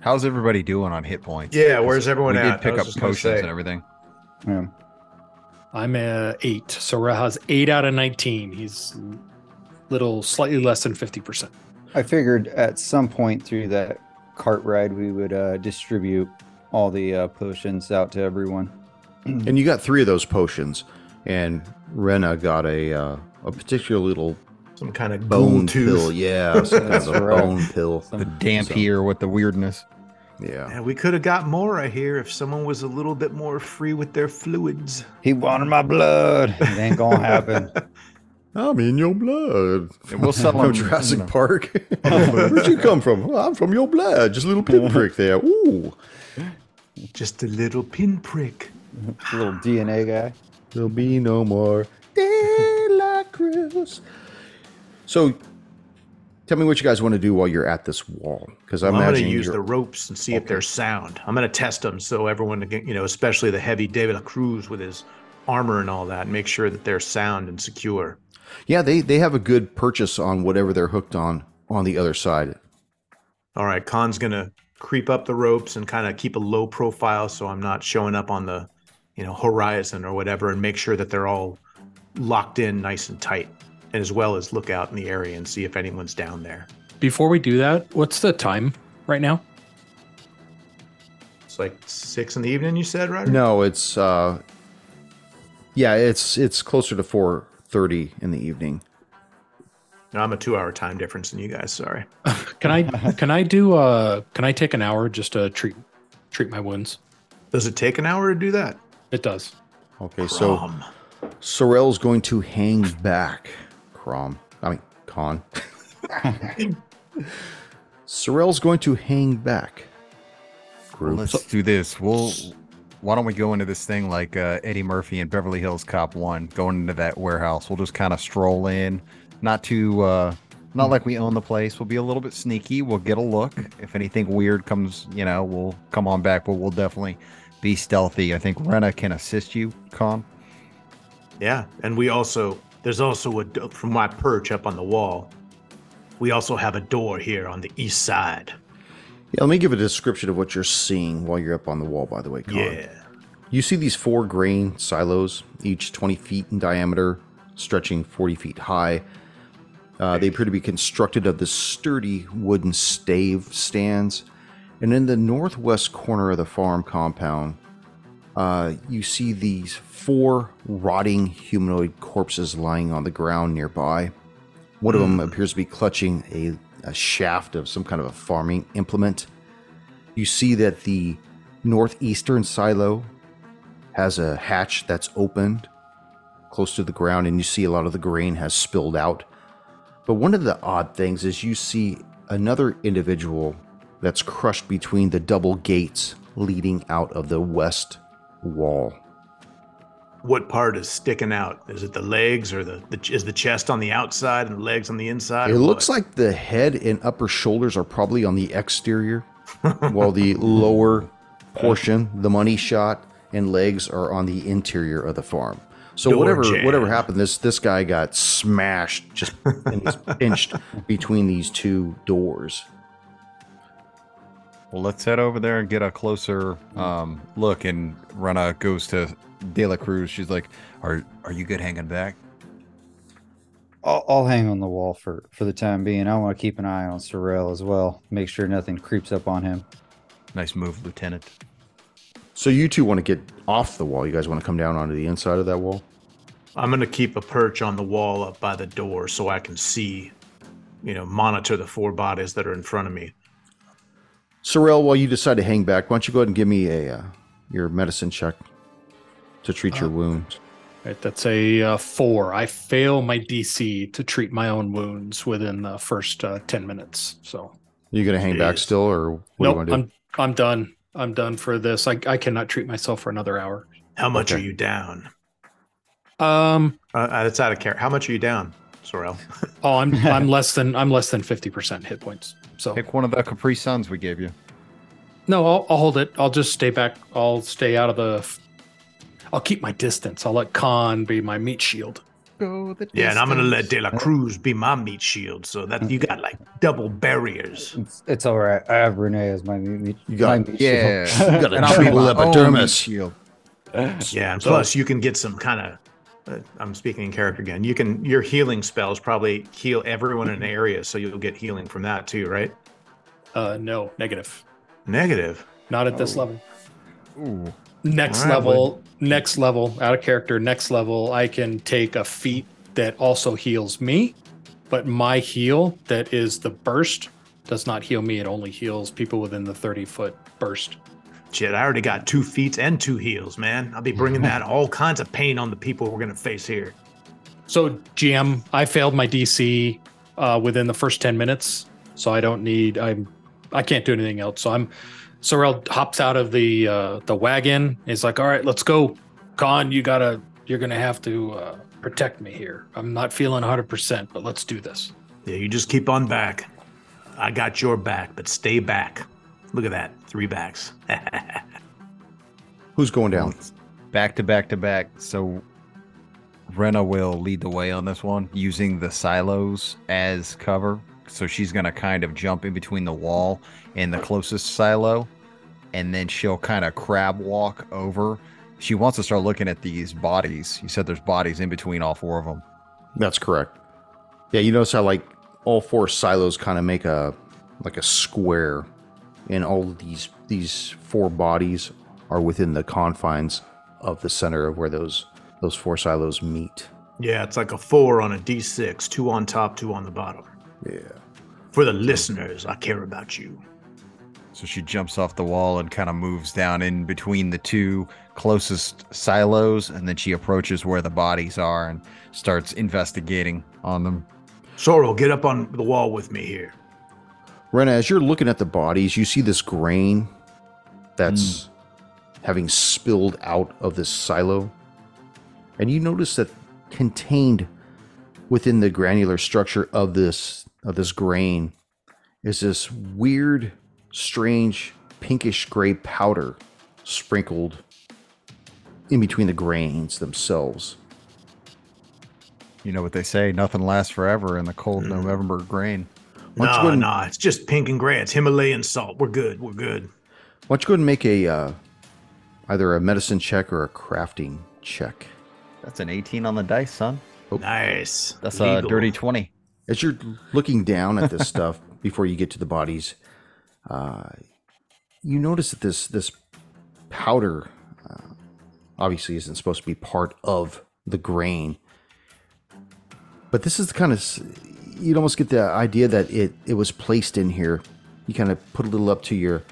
Speaker 5: How's everybody doing on hit points?
Speaker 2: Yeah, where's everyone
Speaker 5: we
Speaker 2: at?
Speaker 5: did
Speaker 2: I
Speaker 5: pick
Speaker 2: was
Speaker 5: up
Speaker 2: just gonna
Speaker 5: potions
Speaker 2: say.
Speaker 5: and everything.
Speaker 4: Yeah.
Speaker 3: I'm at eight. So Raha's eight out of 19. He's little, slightly less than 50%.
Speaker 4: I figured at some point through that cart ride, we would uh, distribute all the uh, potions out to everyone.
Speaker 1: And you got three of those potions, and Rena got a uh, a particular little
Speaker 2: Some kind of
Speaker 1: bone
Speaker 2: bone tooth.
Speaker 1: pill. Yeah, [laughs] some kind of a
Speaker 4: That's right.
Speaker 1: bone pill.
Speaker 4: Some-
Speaker 5: The damp here with the weirdness.
Speaker 1: Yeah.
Speaker 2: Yeah, we could have got more I hear if someone was a little bit more free with their fluids.
Speaker 4: He wanted my blood. It ain't gonna happen.
Speaker 1: [laughs] I'm in your blood.
Speaker 5: And we'll sell
Speaker 1: From
Speaker 5: them.
Speaker 1: Jurassic Park. [laughs] Where'd you come from? "Well, I'm from your blood. Just a little pinprick there. Ooh.
Speaker 2: Just a little pinprick.
Speaker 4: [laughs] Little DNA guy.
Speaker 1: There'll be no more De La Cruz. So tell me what you guys want to do while you're at this wall. Because I
Speaker 2: I'm, going to
Speaker 1: imagine
Speaker 2: use
Speaker 1: you're-
Speaker 2: the ropes and see if they're sound. I'm going to test them so everyone, can- you know, especially the heavy David Cruz with his armor and all that, and make sure that they're sound and secure.
Speaker 1: Yeah, they, they have a good purchase on whatever they're hooked on on the other side.
Speaker 2: All right, Khan's going to creep up the ropes and kind of keep a low profile so I'm not showing up on the, you know, horizon or whatever, and make sure that they're all locked in nice and tight, and as well as look out in the area and see if anyone's down there.
Speaker 3: Before we do that, what's the time right now?
Speaker 2: It's like six in the evening, you said, right?
Speaker 1: No, it's uh yeah, it's it's closer to four thirty in the evening.
Speaker 2: No, I'm a two-hour time difference than you guys. Sorry.
Speaker 3: Can I, can I do, uh, can I take an hour just to treat, treat my wounds?
Speaker 2: Does it take an hour to do that?
Speaker 3: It does.
Speaker 1: Okay, so
Speaker 2: Crom.
Speaker 1: Sorel's going to hang back. Crom. I mean Con. [laughs] Sorel's going to hang back. Group.
Speaker 5: Let's do this. We'll. Why don't we go into this thing like uh, Eddie Murphy and Beverly Hills Cop One, going into that warehouse? We'll just kind of stroll in, not too, uh, not like we own the place. We'll be a little bit sneaky. We'll get a look. If anything weird comes, you know, we'll come on back. But we'll definitely be stealthy. I think Rena can assist you, Con.
Speaker 2: Yeah, and we also there's also a do- from my perch up on the wall. We also have a door here on the east side.
Speaker 1: Yeah, let me give a description of what you're seeing while you're up on the wall, by the way, Con.
Speaker 2: Yeah,
Speaker 1: You see these four grain silos, each 20 feet in diameter, stretching 40 feet high. Uh, they appear to be constructed of the sturdy wooden stave stands. And in the northwest corner of the farm compound, uh, you see these four rotting humanoid corpses lying on the ground nearby. One of them appears to be clutching a, a shaft of some kind of a farming implement. You see that the northeastern silo has a hatch that's opened close to the ground, and you see a lot of the grain has spilled out. But one of the odd things is you see another individual that's crushed between the double gates leading out of the west wall.
Speaker 2: what part is sticking out? Is it the legs or the, the is the chest on the outside and the legs on the inside?
Speaker 1: It looks like the head and upper shoulders are probably on the exterior, while the lower portion, the money shot, and legs are on the interior of the farm. So
Speaker 2: Door
Speaker 1: whatever
Speaker 2: jam.
Speaker 1: whatever happened, this this guy got smashed, just and he's pinched between these two doors.
Speaker 5: Well, let's head over there and get a closer um, look. And Rena goes to De La Cruz. She's like, "Are are you good hanging back?"
Speaker 4: I'll, I'll hang on the wall for for the time being. I want to keep an eye on Sorrel as well. Make sure nothing creeps up on him.
Speaker 5: Nice move, Lieutenant.
Speaker 1: So you two want to get off the wall. You guys want to come down onto the inside of that wall?
Speaker 2: I'm gonna keep a perch on the wall up by the door so I can see, you know, monitor the four bodies that are in front of me.
Speaker 1: Sorrel, while you decide to hang back, why don't you go ahead and give me a uh, your medicine check? to treat your wounds.
Speaker 3: Right, that's a uh, four. I fail my DC to treat my own wounds within the first uh, ten minutes. So
Speaker 1: You gonna hang back
Speaker 2: Jeez.
Speaker 1: still, or what do you
Speaker 3: nope,
Speaker 1: want to do?
Speaker 3: I'm I'm done. I'm done for this. I I cannot treat myself for another hour.
Speaker 2: How much
Speaker 1: Okay.
Speaker 2: are you down?
Speaker 3: Um.
Speaker 2: Uh, Uh, that's out of care. How much are you down, Sorrel?
Speaker 1: [laughs]
Speaker 3: Oh, I'm I'm less than I'm less than fifty percent hit points. So
Speaker 5: Pick one of the Capri Suns we gave you.
Speaker 3: no, I'll, I'll hold it. I'll just stay back. I'll stay out of the. I'll keep my distance. I'll let Khan be my meat shield.
Speaker 5: Go the
Speaker 2: Yeah, and I'm gonna let De
Speaker 5: distance.
Speaker 2: La Cruz be my meat shield. So that you got like double barriers.
Speaker 4: It's, it's all right. I have Renee as my meat. meat-
Speaker 1: You got-
Speaker 4: my meat [laughs]
Speaker 5: Yeah, [laughs]
Speaker 2: [laughs]
Speaker 4: shield.
Speaker 1: You got a
Speaker 5: And I'll be
Speaker 1: triple
Speaker 5: my own
Speaker 1: epidermis.
Speaker 5: shield.
Speaker 2: Yeah, and
Speaker 3: So-
Speaker 2: plus you can get some kind of. Uh, I'm speaking in character again. You can your healing spells probably heal everyone in an area, so you'll get healing from that too, right?
Speaker 3: Uh, no, negative.
Speaker 2: Negative.
Speaker 3: Not at this level.
Speaker 5: Ooh,
Speaker 3: Next
Speaker 2: All right,
Speaker 3: level. Next level. Out of character. Next level. I can take a feat that also heals me, but my heal that is the burst does not heal me. It only heals people within the thirty foot burst.
Speaker 2: Shit, I already got two feet and two heels, man. I'll be bringing that all kinds of pain on the people we're gonna face here.
Speaker 3: So, GM, I failed my DC uh, within the first ten minutes, so I don't need. I'm. I can't do anything else. So I'm. Sorrel hops out of the uh, the wagon. He's like, "All right, let's go, Khan. You gotta. You're gonna have to uh, protect me here. I'm not feeling 100, percent but let's do this."
Speaker 2: Yeah, you just keep on back. I got your back, but stay back. Look at that, three backs.
Speaker 1: Who's going down?
Speaker 5: back to back to back. So Rena will lead the way on this one, using the silos as cover. So she's gonna kind of jump in between the wall and the closest silo, and then she'll kind of crab walk over. She wants to start looking at these bodies. You said there's bodies in between all four of them.
Speaker 1: That's correct. Yeah, you notice how like all four silos kind of make a like a square, and all of these these four bodies are within the confines of the center of where those those four silos meet.
Speaker 2: yeah, it's like a four on a D6, two on top, two on the bottom.
Speaker 1: Yeah.
Speaker 2: For the listeners, I care about you.
Speaker 5: So she jumps off the wall and kind of moves down in between the two closest silos, and then she approaches where the bodies are and starts investigating on them.
Speaker 2: Sorrel, get up on the wall with me here.
Speaker 1: Rena, as you're looking at the bodies, you see this grain that's having spilled out of this silo. And you notice that contained within the granular structure of this of this grain is this weird, strange pinkish gray powder sprinkled in between the grains themselves.
Speaker 5: You know what they say, nothing lasts forever in the cold November grain.
Speaker 1: Why don't you
Speaker 2: nah,
Speaker 1: go ahead and-
Speaker 2: nah, it's just pink and gray. It's Himalayan salt. We're good. We're good.
Speaker 1: Why don't you go ahead and make a uh, either a medicine check or a crafting check.
Speaker 5: That's an 18 on the dice, son.
Speaker 2: Nice.
Speaker 5: That's uh, a
Speaker 2: Legal.
Speaker 5: dirty 20.
Speaker 1: As you're looking down
Speaker 5: [laughs]
Speaker 1: at this stuff before you get to the bodies, uh, you notice that this this powder uh, obviously isn't supposed to be part of the grain, but this is the kind of s- you'd almost get the idea that it it was placed in here. You kind of put a little up to your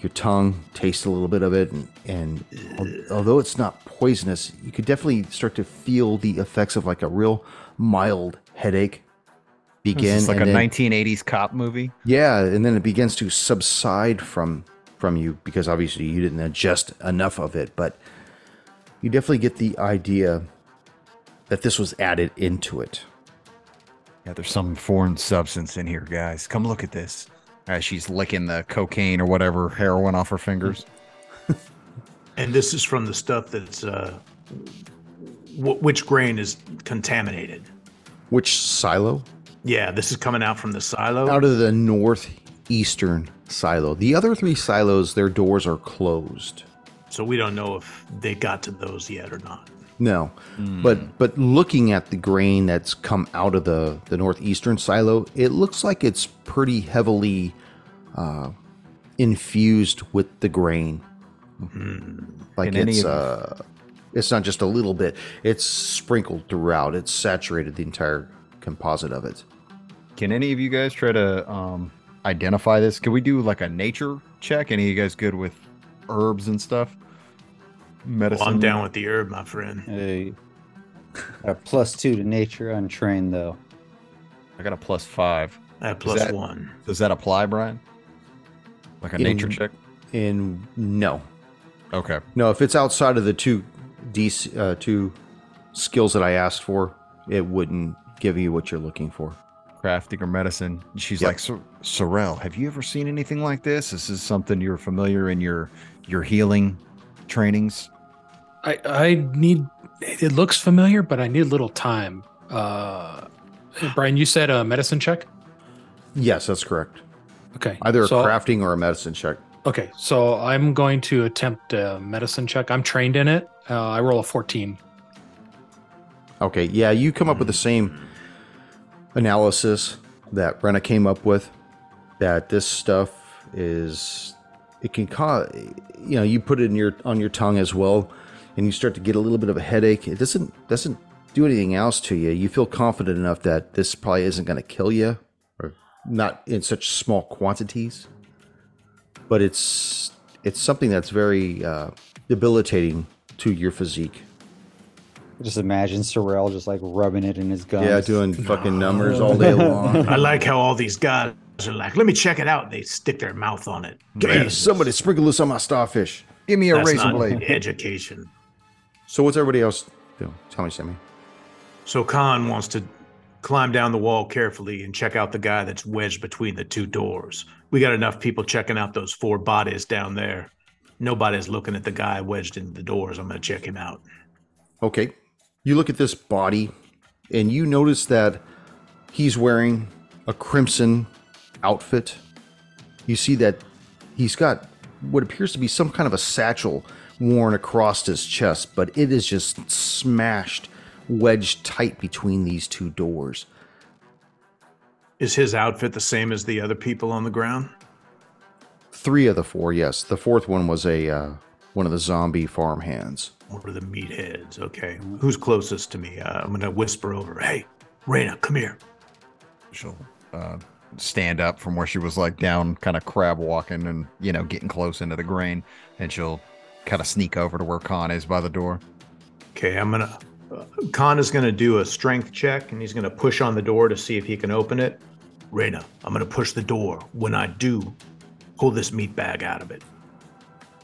Speaker 1: your tongue, taste a little bit of it, and, and al- although it's not poisonous, you could definitely start to feel the effects of like a real mild headache begin.
Speaker 5: It's like
Speaker 1: and
Speaker 5: a
Speaker 1: then-
Speaker 5: 1980s cop movie.
Speaker 1: yeah, and then it begins to subside from from you because obviously you didn't adjust enough of it, but you definitely get the idea that this was added into it.
Speaker 5: Yeah, there's some foreign substance in here, guys. Come look at this. Uh, she's licking the cocaine or whatever heroin off her fingers.
Speaker 2: And this is from the stuff that's, uh, w- which grain is contaminated?
Speaker 1: Which silo?
Speaker 2: Yeah, this is coming out from the silo.
Speaker 1: Out of the northeastern silo. The other three silos, their doors are closed.
Speaker 2: so we don't know if they got to those yet or not.
Speaker 1: No,
Speaker 5: Hmm.
Speaker 1: but but looking at the grain that's come out of the the northeastern silo, it looks like it's pretty heavily uh, infused with the grain. Like
Speaker 5: In Hmm. any
Speaker 1: it's
Speaker 5: of-
Speaker 1: uh, it's not just a little bit; it's sprinkled throughout. It's saturated the entire composite of it.
Speaker 5: Can any of you guys try to um, identify this? Can we do like a nature check? Any of you guys good with herbs and stuff? medicine.
Speaker 2: Well, I'm down with the herb, my friend.
Speaker 4: Hey. Got a plus two to nature untrained though.
Speaker 5: I got a plus five.
Speaker 2: At plus
Speaker 5: that-
Speaker 2: one.
Speaker 5: Does that apply, Brian? Like a
Speaker 1: In-
Speaker 5: nature check?
Speaker 1: And no,
Speaker 5: Okay.
Speaker 1: no. If it's outside of the two DC, uh, two skills that I asked for, it wouldn't give you what you're looking for.
Speaker 5: crafting or medicine. And She's
Speaker 1: Yep.
Speaker 5: like, "Sor- Sorrel, have you ever seen anything like this? This is something you're familiar in your your healing trainings.
Speaker 3: I I need. It looks familiar, but I need a little time. Uh, Brian, you said a medicine check.
Speaker 1: Yes, that's correct.
Speaker 3: Okay,
Speaker 1: Either a
Speaker 3: so-
Speaker 1: crafting or a medicine check.
Speaker 3: Okay, so I'm going to attempt a medicine check. I'm trained in it. Uh, I roll a 14.
Speaker 1: Okay, yeah, you come up with the same analysis that Brenna came up with. That this stuff is it can cause you know you put it in your on your tongue as well, and you start to get a little bit of a headache. It doesn't doesn't do anything else to you. You feel confident enough that this probably isn't going to kill you, or not in such small quantities. But it's it's something that's very uh, debilitating to your physique.
Speaker 4: Just imagine Sorrel just like rubbing it in his gums.
Speaker 1: Yeah, doing fucking numbers all day long.
Speaker 2: I like how all these guys are like, let me check it out. And they stick their mouth on it.
Speaker 1: Damn, somebody sprinkle this on my starfish.
Speaker 5: Give me a
Speaker 2: That's
Speaker 5: razor
Speaker 2: not
Speaker 5: blade.
Speaker 2: education.
Speaker 1: So what's everybody else doing? Tell me, Sammy.
Speaker 2: So Khan wants to climb down the wall carefully and check out the guy that's wedged between the two doors. We got enough people checking out those four bodies down there. Nobody's looking at the guy wedged in the doors. I'm going to check him out.
Speaker 1: Okay. You look at this body and you notice that he's wearing a crimson outfit. You see that he's got what appears to be some kind of a satchel worn across his chest, but it is just smashed, wedged tight between these two doors.
Speaker 2: Is his outfit the same as the other people on the ground?
Speaker 1: Three of the four, yes. The fourth one was a uh, one of the zombie farmhands.
Speaker 2: Or the meatheads? Okay. Who's closest to me? Uh, I'm going to whisper over, hey, Raina, come here.
Speaker 5: She'll uh, stand up from where she was like down, kind of crab walking and, you know, getting close into the grain. And she'll kind of sneak over to where Khan is by the door.
Speaker 2: Okay, I'm gonna. Uh, Khan is gonna do a strength check, and he's gonna push on the door to see if he can open it. Reyna, I'm gonna push the door. When I do, pull this meat bag out of it.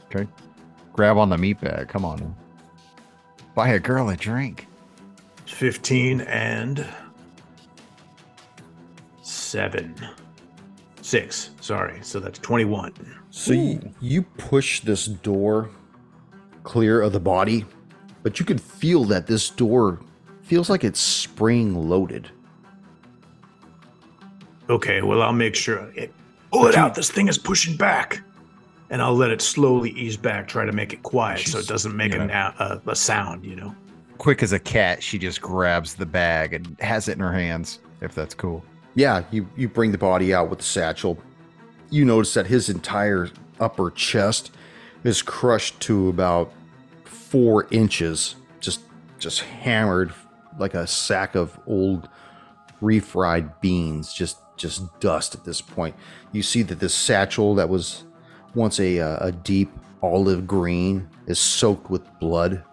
Speaker 5: Okay. Grab on the meat bag. Come on. Buy a girl a drink.
Speaker 2: It's 15 and seven, six. Sorry, so that's 21.
Speaker 1: So you, you push this door clear of the body, but you can feel that this door feels like it's spring loaded.
Speaker 2: Okay, well I'll make sure. It, pull it out. This thing is pushing back, and I'll let it slowly ease back. Try to make it quiet so
Speaker 5: Jeez,
Speaker 2: it doesn't make
Speaker 5: you know.
Speaker 2: a, na- a, a sound. You know.
Speaker 5: Quick as a cat, she just grabs the bag and has it in her hands, if that's cool.
Speaker 1: Yeah, you, you bring the body out with the satchel. You notice that his entire upper chest is crushed to about four inches, just just hammered like a sack of old refried beans, just just dust at this point. You see that this satchel that was once a, uh, a deep olive green is soaked with blood,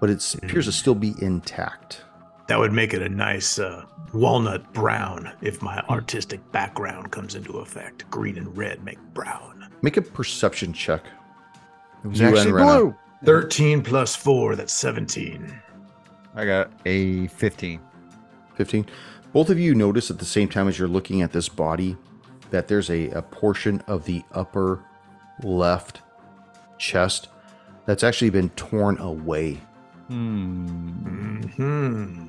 Speaker 1: but it appears to still be intact.
Speaker 2: That would make it a nice uh, walnut brown if my artistic background comes into effect. Green and red make brown.
Speaker 1: Make a perception check.
Speaker 5: It was
Speaker 1: You and
Speaker 5: actually
Speaker 1: Rena.
Speaker 5: blue.
Speaker 2: 13 plus 4, that's 17.
Speaker 5: I got a 15.
Speaker 1: 15. Both of you notice at the same time as you're looking at this body that there's a, a portion of the upper left chest that's actually been torn away.
Speaker 5: Hmm.
Speaker 2: hmm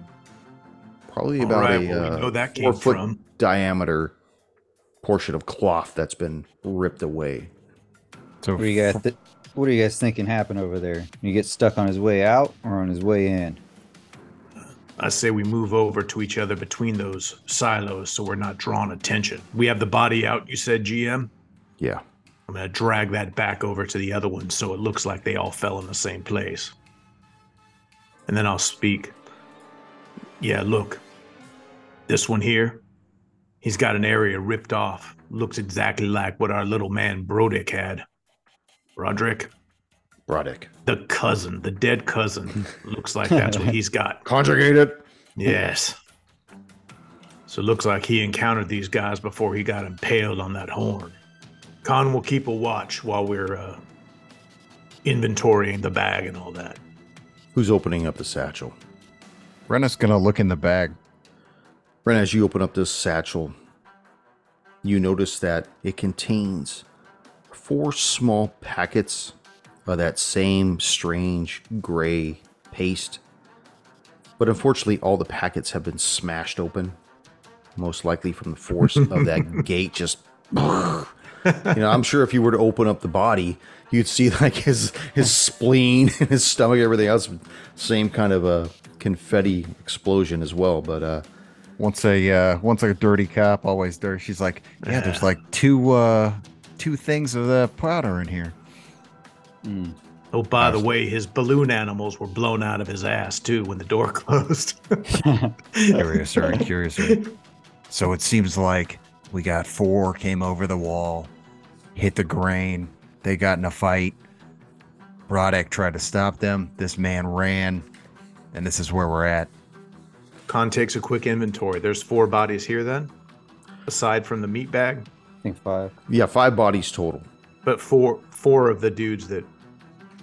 Speaker 1: Probably
Speaker 2: All
Speaker 1: about
Speaker 2: right,
Speaker 1: a
Speaker 2: well, we
Speaker 1: uh,
Speaker 2: know that came
Speaker 1: four foot
Speaker 2: from.
Speaker 1: diameter portion of cloth that's been ripped away.
Speaker 5: So
Speaker 4: What do you guys
Speaker 5: f-
Speaker 4: thi- what do you guys thinking happened over there? You get stuck on his way out or on his way in?
Speaker 2: I say we move over to each other between those silos so we're not drawing attention. We have the body out, you said, GM?
Speaker 1: Yeah.
Speaker 2: I'm going to drag that back over to the other one so it looks like they all fell in the same place. And then I'll speak. Yeah, look. This one here, he's got an area ripped off. Looks exactly like what our little man Brodick had. Broderick?
Speaker 1: Roddick.
Speaker 2: The cousin, the dead cousin, looks like that's what he's got.
Speaker 1: Conjugated.
Speaker 2: Yes. So it looks like he encountered these guys before he got impaled on that horn. Khan will keep a watch while we're uh, inventorying the bag and all that.
Speaker 1: Who's opening up the satchel?
Speaker 5: Renna's gonna look in the bag.
Speaker 1: Ren, as you open up this satchel, you notice that it contains four small packets of that same strange gray paste. But unfortunately, all the packets have been smashed open, most likely from the force of that gate just. You know, I'm sure if you were to open up the body, you'd see like his his spleen and his stomach, everything else, same kind of a confetti explosion as well. But uh,
Speaker 5: Once a uh, once a dirty cop, always dirty. She's like, yeah, there's like two uh, two things of the powder in here.
Speaker 2: Oh, by the way, his balloon animals were blown out of his ass too when the door [laughs] closed.
Speaker 5: Curious or curious. So it seems like we got four came over the wall, hit the grain. They got in a fight. Brodek tried to stop them. This man ran, and this is where we're at.
Speaker 2: Khan takes a quick inventory. There's four bodies here then, aside from the meat bag,
Speaker 4: I think five. [laughs]
Speaker 1: yeah, five bodies total.
Speaker 2: but four four of the dudes that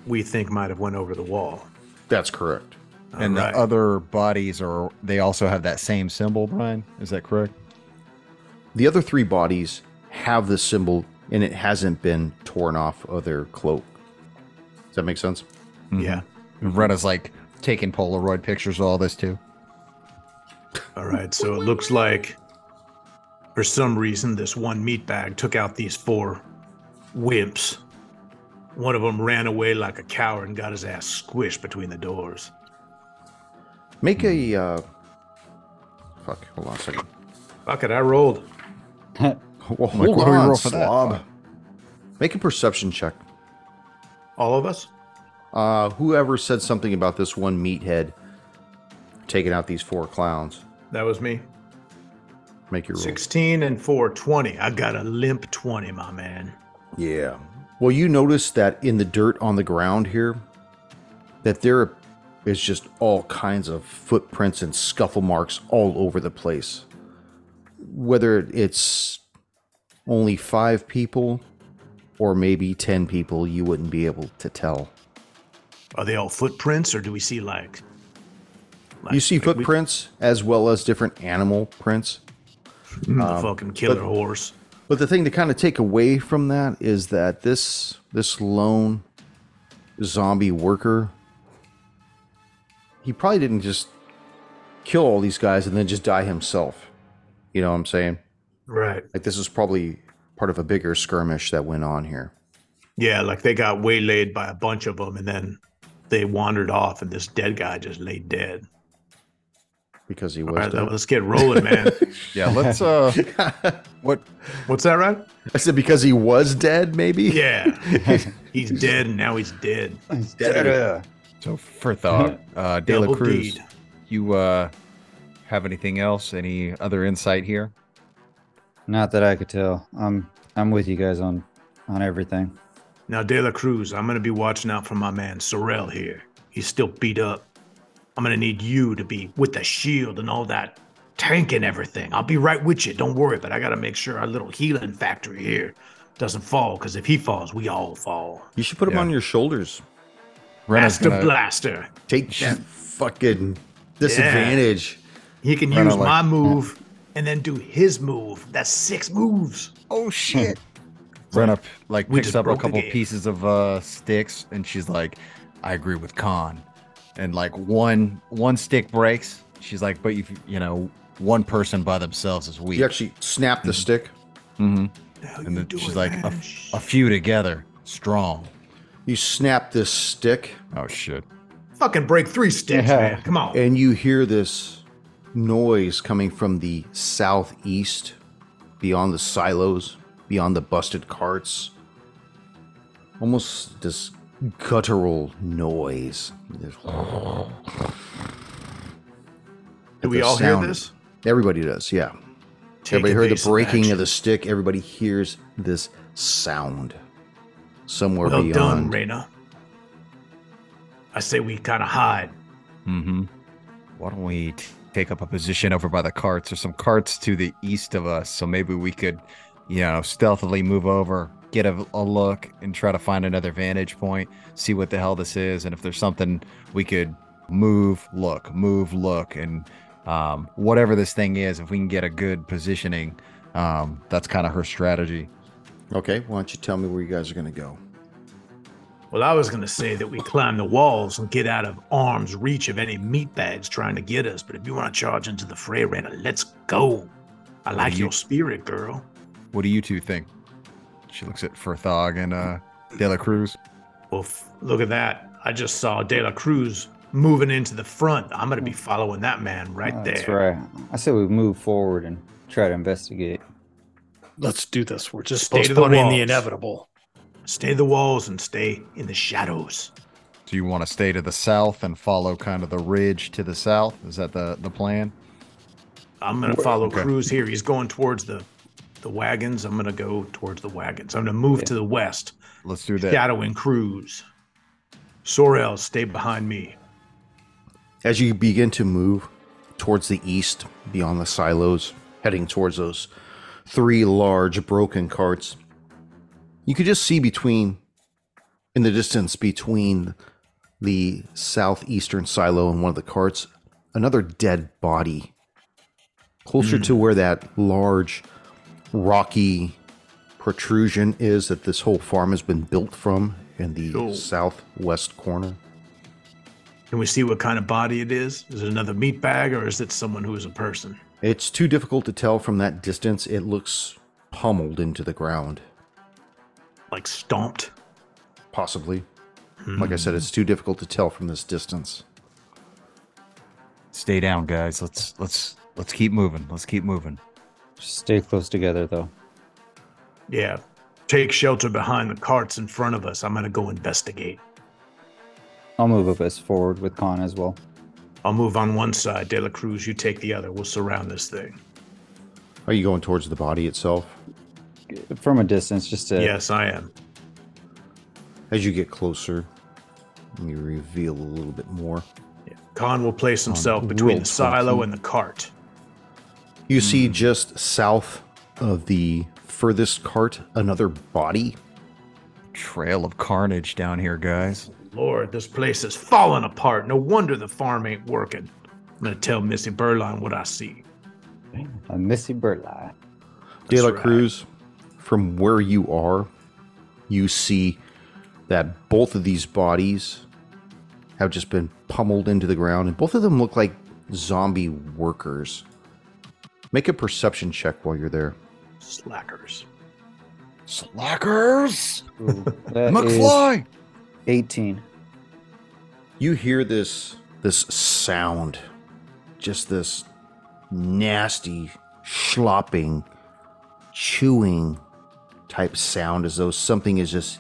Speaker 2: we think might have went over the wall.
Speaker 1: That's correct.
Speaker 5: and
Speaker 2: Alright.
Speaker 5: the other bodies are they also have that same symbol, Brian? Is that correct?
Speaker 1: The other three bodies have the symbol and it hasn't been torn off of their cloak. Does that make sense?
Speaker 2: yeah.
Speaker 5: Renna's like taking Polaroid pictures of all this too.
Speaker 2: All right, so it looks like for some reason this one meat bag took out these four wimps. One of them ran away like a coward and got his ass squished between the doors.
Speaker 1: Make a
Speaker 5: Hmm.
Speaker 1: uh fuck, hold on a
Speaker 5: [laughs]
Speaker 1: second.
Speaker 2: Fuck it, I rolled.
Speaker 1: Well,
Speaker 5: Like,
Speaker 1: hold
Speaker 5: what do we
Speaker 1: on,
Speaker 5: roll for that?
Speaker 1: slob. Make a perception check.
Speaker 2: All of us?
Speaker 1: Uh whoever said something about this one meathead taking out these four clowns.
Speaker 2: That was me.
Speaker 1: Make your roll.
Speaker 2: 16 and 4, 20. I got a limp 20, my man.
Speaker 1: Yeah. Well, you notice that in the dirt on the ground here, that there is just all kinds of footprints and scuffle marks all over the place. Whether it's only five people or maybe 10 people, you wouldn't be able to tell.
Speaker 2: Are they all footprints or do we see like. like
Speaker 1: You see
Speaker 2: like we-
Speaker 1: footprints as well as different animal prints.
Speaker 2: the fucking killer horse.
Speaker 1: But the thing to kind of take away from that is that this this lone zombie worker he probably didn't just kill all these guys and then just die himself. You know what I'm saying?
Speaker 2: Right.
Speaker 1: Like this is probably part of a bigger skirmish that went on here.
Speaker 2: Yeah, like they got waylaid by a bunch of them and then they wandered off and this dead guy just lay dead.
Speaker 1: Because he
Speaker 2: All
Speaker 1: was
Speaker 2: right,
Speaker 1: dead.
Speaker 2: let's get rolling,
Speaker 5: [laughs]
Speaker 2: man.
Speaker 5: Yeah,
Speaker 1: [laughs]
Speaker 5: let's uh what
Speaker 2: What's that, right?
Speaker 1: I said because he was dead, maybe?
Speaker 5: [laughs]
Speaker 2: Yeah. he's dead and now he's dead.
Speaker 5: so for thought, uh De La
Speaker 2: Double
Speaker 5: Cruz,
Speaker 2: deed.
Speaker 5: you uh have anything else? Any other insight here?
Speaker 4: Not that I could tell. I'm I'm with you guys on on everything.
Speaker 2: Now, De La Cruz, I'm going to be watching out for my man Sorel here. He's still beat up. I'm going to need you to be with the shield and all that tank and everything. I'll be right with you. Don't worry, but I got to make sure our little healing factory here doesn't fall because if he falls, we all fall.
Speaker 1: You should put him
Speaker 5: Yeah.
Speaker 1: on your shoulders.
Speaker 5: Renna's
Speaker 2: Master
Speaker 5: gonna
Speaker 2: Blaster.
Speaker 1: Take that fucking disadvantage.
Speaker 2: He can
Speaker 5: Kinda
Speaker 2: use
Speaker 5: like-
Speaker 2: my move and then do his move. That's six moves.
Speaker 5: Oh shit. Renna like
Speaker 2: Hmm. We
Speaker 5: picks
Speaker 2: just
Speaker 5: up a
Speaker 2: broke the
Speaker 5: couple
Speaker 2: game.
Speaker 5: pieces of uh sticks and she's like, I agree with Khan. And like one one stick breaks. She's like, but you you know, one person by themselves is weak.
Speaker 1: You actually snap the stick.
Speaker 2: How
Speaker 5: and
Speaker 2: you
Speaker 5: then
Speaker 2: do
Speaker 5: she's
Speaker 2: it,
Speaker 5: like, a,
Speaker 2: man?
Speaker 5: a few together, strong.
Speaker 1: You snap this stick.
Speaker 5: Oh shit!
Speaker 2: fucking break three sticks,
Speaker 4: Yeah.
Speaker 2: man. Come on.
Speaker 1: and you hear this noise coming from the southeast, beyond the silos, beyond the busted carts. Almost this guttural noise. This-
Speaker 2: do we
Speaker 1: the
Speaker 2: all hear
Speaker 1: sound.
Speaker 2: this?
Speaker 1: Everybody does, yeah. Everybody heard the breaking of the stick. Everybody hears this sound somewhere
Speaker 2: Well
Speaker 1: beyond.
Speaker 2: done, Reyna. I say we kind of hide.
Speaker 5: Mm-hmm. Why don't we t- take up a position over by the carts? There's some carts to the east of us, so maybe we could, you know, stealthily move over, get a, a look, and try to find another vantage point, see what the hell this is, and if there's something we could move, look, move, look, and um, whatever this thing is, if we can get a good positioning, um, that's kind of her strategy.
Speaker 1: Okay, why don't you tell me where you guys are going to go?
Speaker 2: Well, I was going to say that we climb the walls and get out of arm's reach of any meatbags trying to get us, but if you want to charge into the fray, Rena, let's go. I like
Speaker 5: You-
Speaker 2: your spirit, girl.
Speaker 5: What do you two think? She looks at Furthog and uh, De La Cruz.
Speaker 2: Oof, look at that. I just saw De La Cruz moving into the front. I'm going to be following that man right there.
Speaker 4: Oh, That's right. I said we move forward and try to investigate.
Speaker 3: Let's do this. We're just
Speaker 2: Stay to the
Speaker 3: postponing the
Speaker 2: walls.
Speaker 3: inevitable.
Speaker 2: Stay the walls and stay in the shadows.
Speaker 5: Do you want to stay to the south and follow kind of the ridge to the south? Is that the, the plan?
Speaker 2: I'm gonna follow
Speaker 5: okay.
Speaker 2: Cruz here. He's going towards the the wagons. I'm gonna go towards the wagons. I'm gonna move to the west,
Speaker 5: Let's do that.
Speaker 2: shadowing Cruz. Sorel, stay behind me.
Speaker 1: As you begin to move towards the east, beyond the silos, heading towards those three large broken carts, you could just see between, in the distance between the southeastern silo and one of the carts, another dead body. Closer to where that large rocky protrusion is that this whole farm has been built from in the
Speaker 2: Sure.
Speaker 1: southwest corner.
Speaker 2: Can we see what kind of body it is? Is it another meat bag or is it someone who is a person?
Speaker 1: It's too difficult to tell from that distance. It looks pummeled into the ground,
Speaker 2: Like stomped?
Speaker 1: possibly. Like I said, it's too difficult to tell from this distance.
Speaker 5: Stay down, guys. Let's let's let's keep moving. Let's keep moving.
Speaker 4: Just stay close together, though.
Speaker 2: Yeah. Take shelter behind the carts in front of us. I'm gonna go investigate.
Speaker 4: I'll move up as forward with Khan as well.
Speaker 2: I'll move on one side. De La Cruz, you take the other. We'll surround this thing.
Speaker 1: Are you going towards the body itself?
Speaker 4: From a distance, just to
Speaker 2: Yes, I am.
Speaker 1: As you get closer, you reveal a little bit more.
Speaker 2: Khan will place himself between
Speaker 1: roll
Speaker 2: the silo and the cart.
Speaker 1: You see just south of the furthest cart another body.
Speaker 5: Trail of carnage down here, guys.
Speaker 2: Lord, this place is falling apart. No wonder the farm ain't working. I'm gonna tell Missy Burline what I see.
Speaker 4: a Missy Burla.
Speaker 1: De La
Speaker 2: right.
Speaker 1: Cruz, from where you are, you see that both of these bodies have just been pummeled into the ground, and both of them look like zombie workers. Make a perception check while you're there.
Speaker 2: Slackers.
Speaker 5: Slackers!
Speaker 4: That is
Speaker 5: McFly!
Speaker 4: 18.
Speaker 1: You hear this this sound, just this nasty slopping, chewing type sound, as though something is just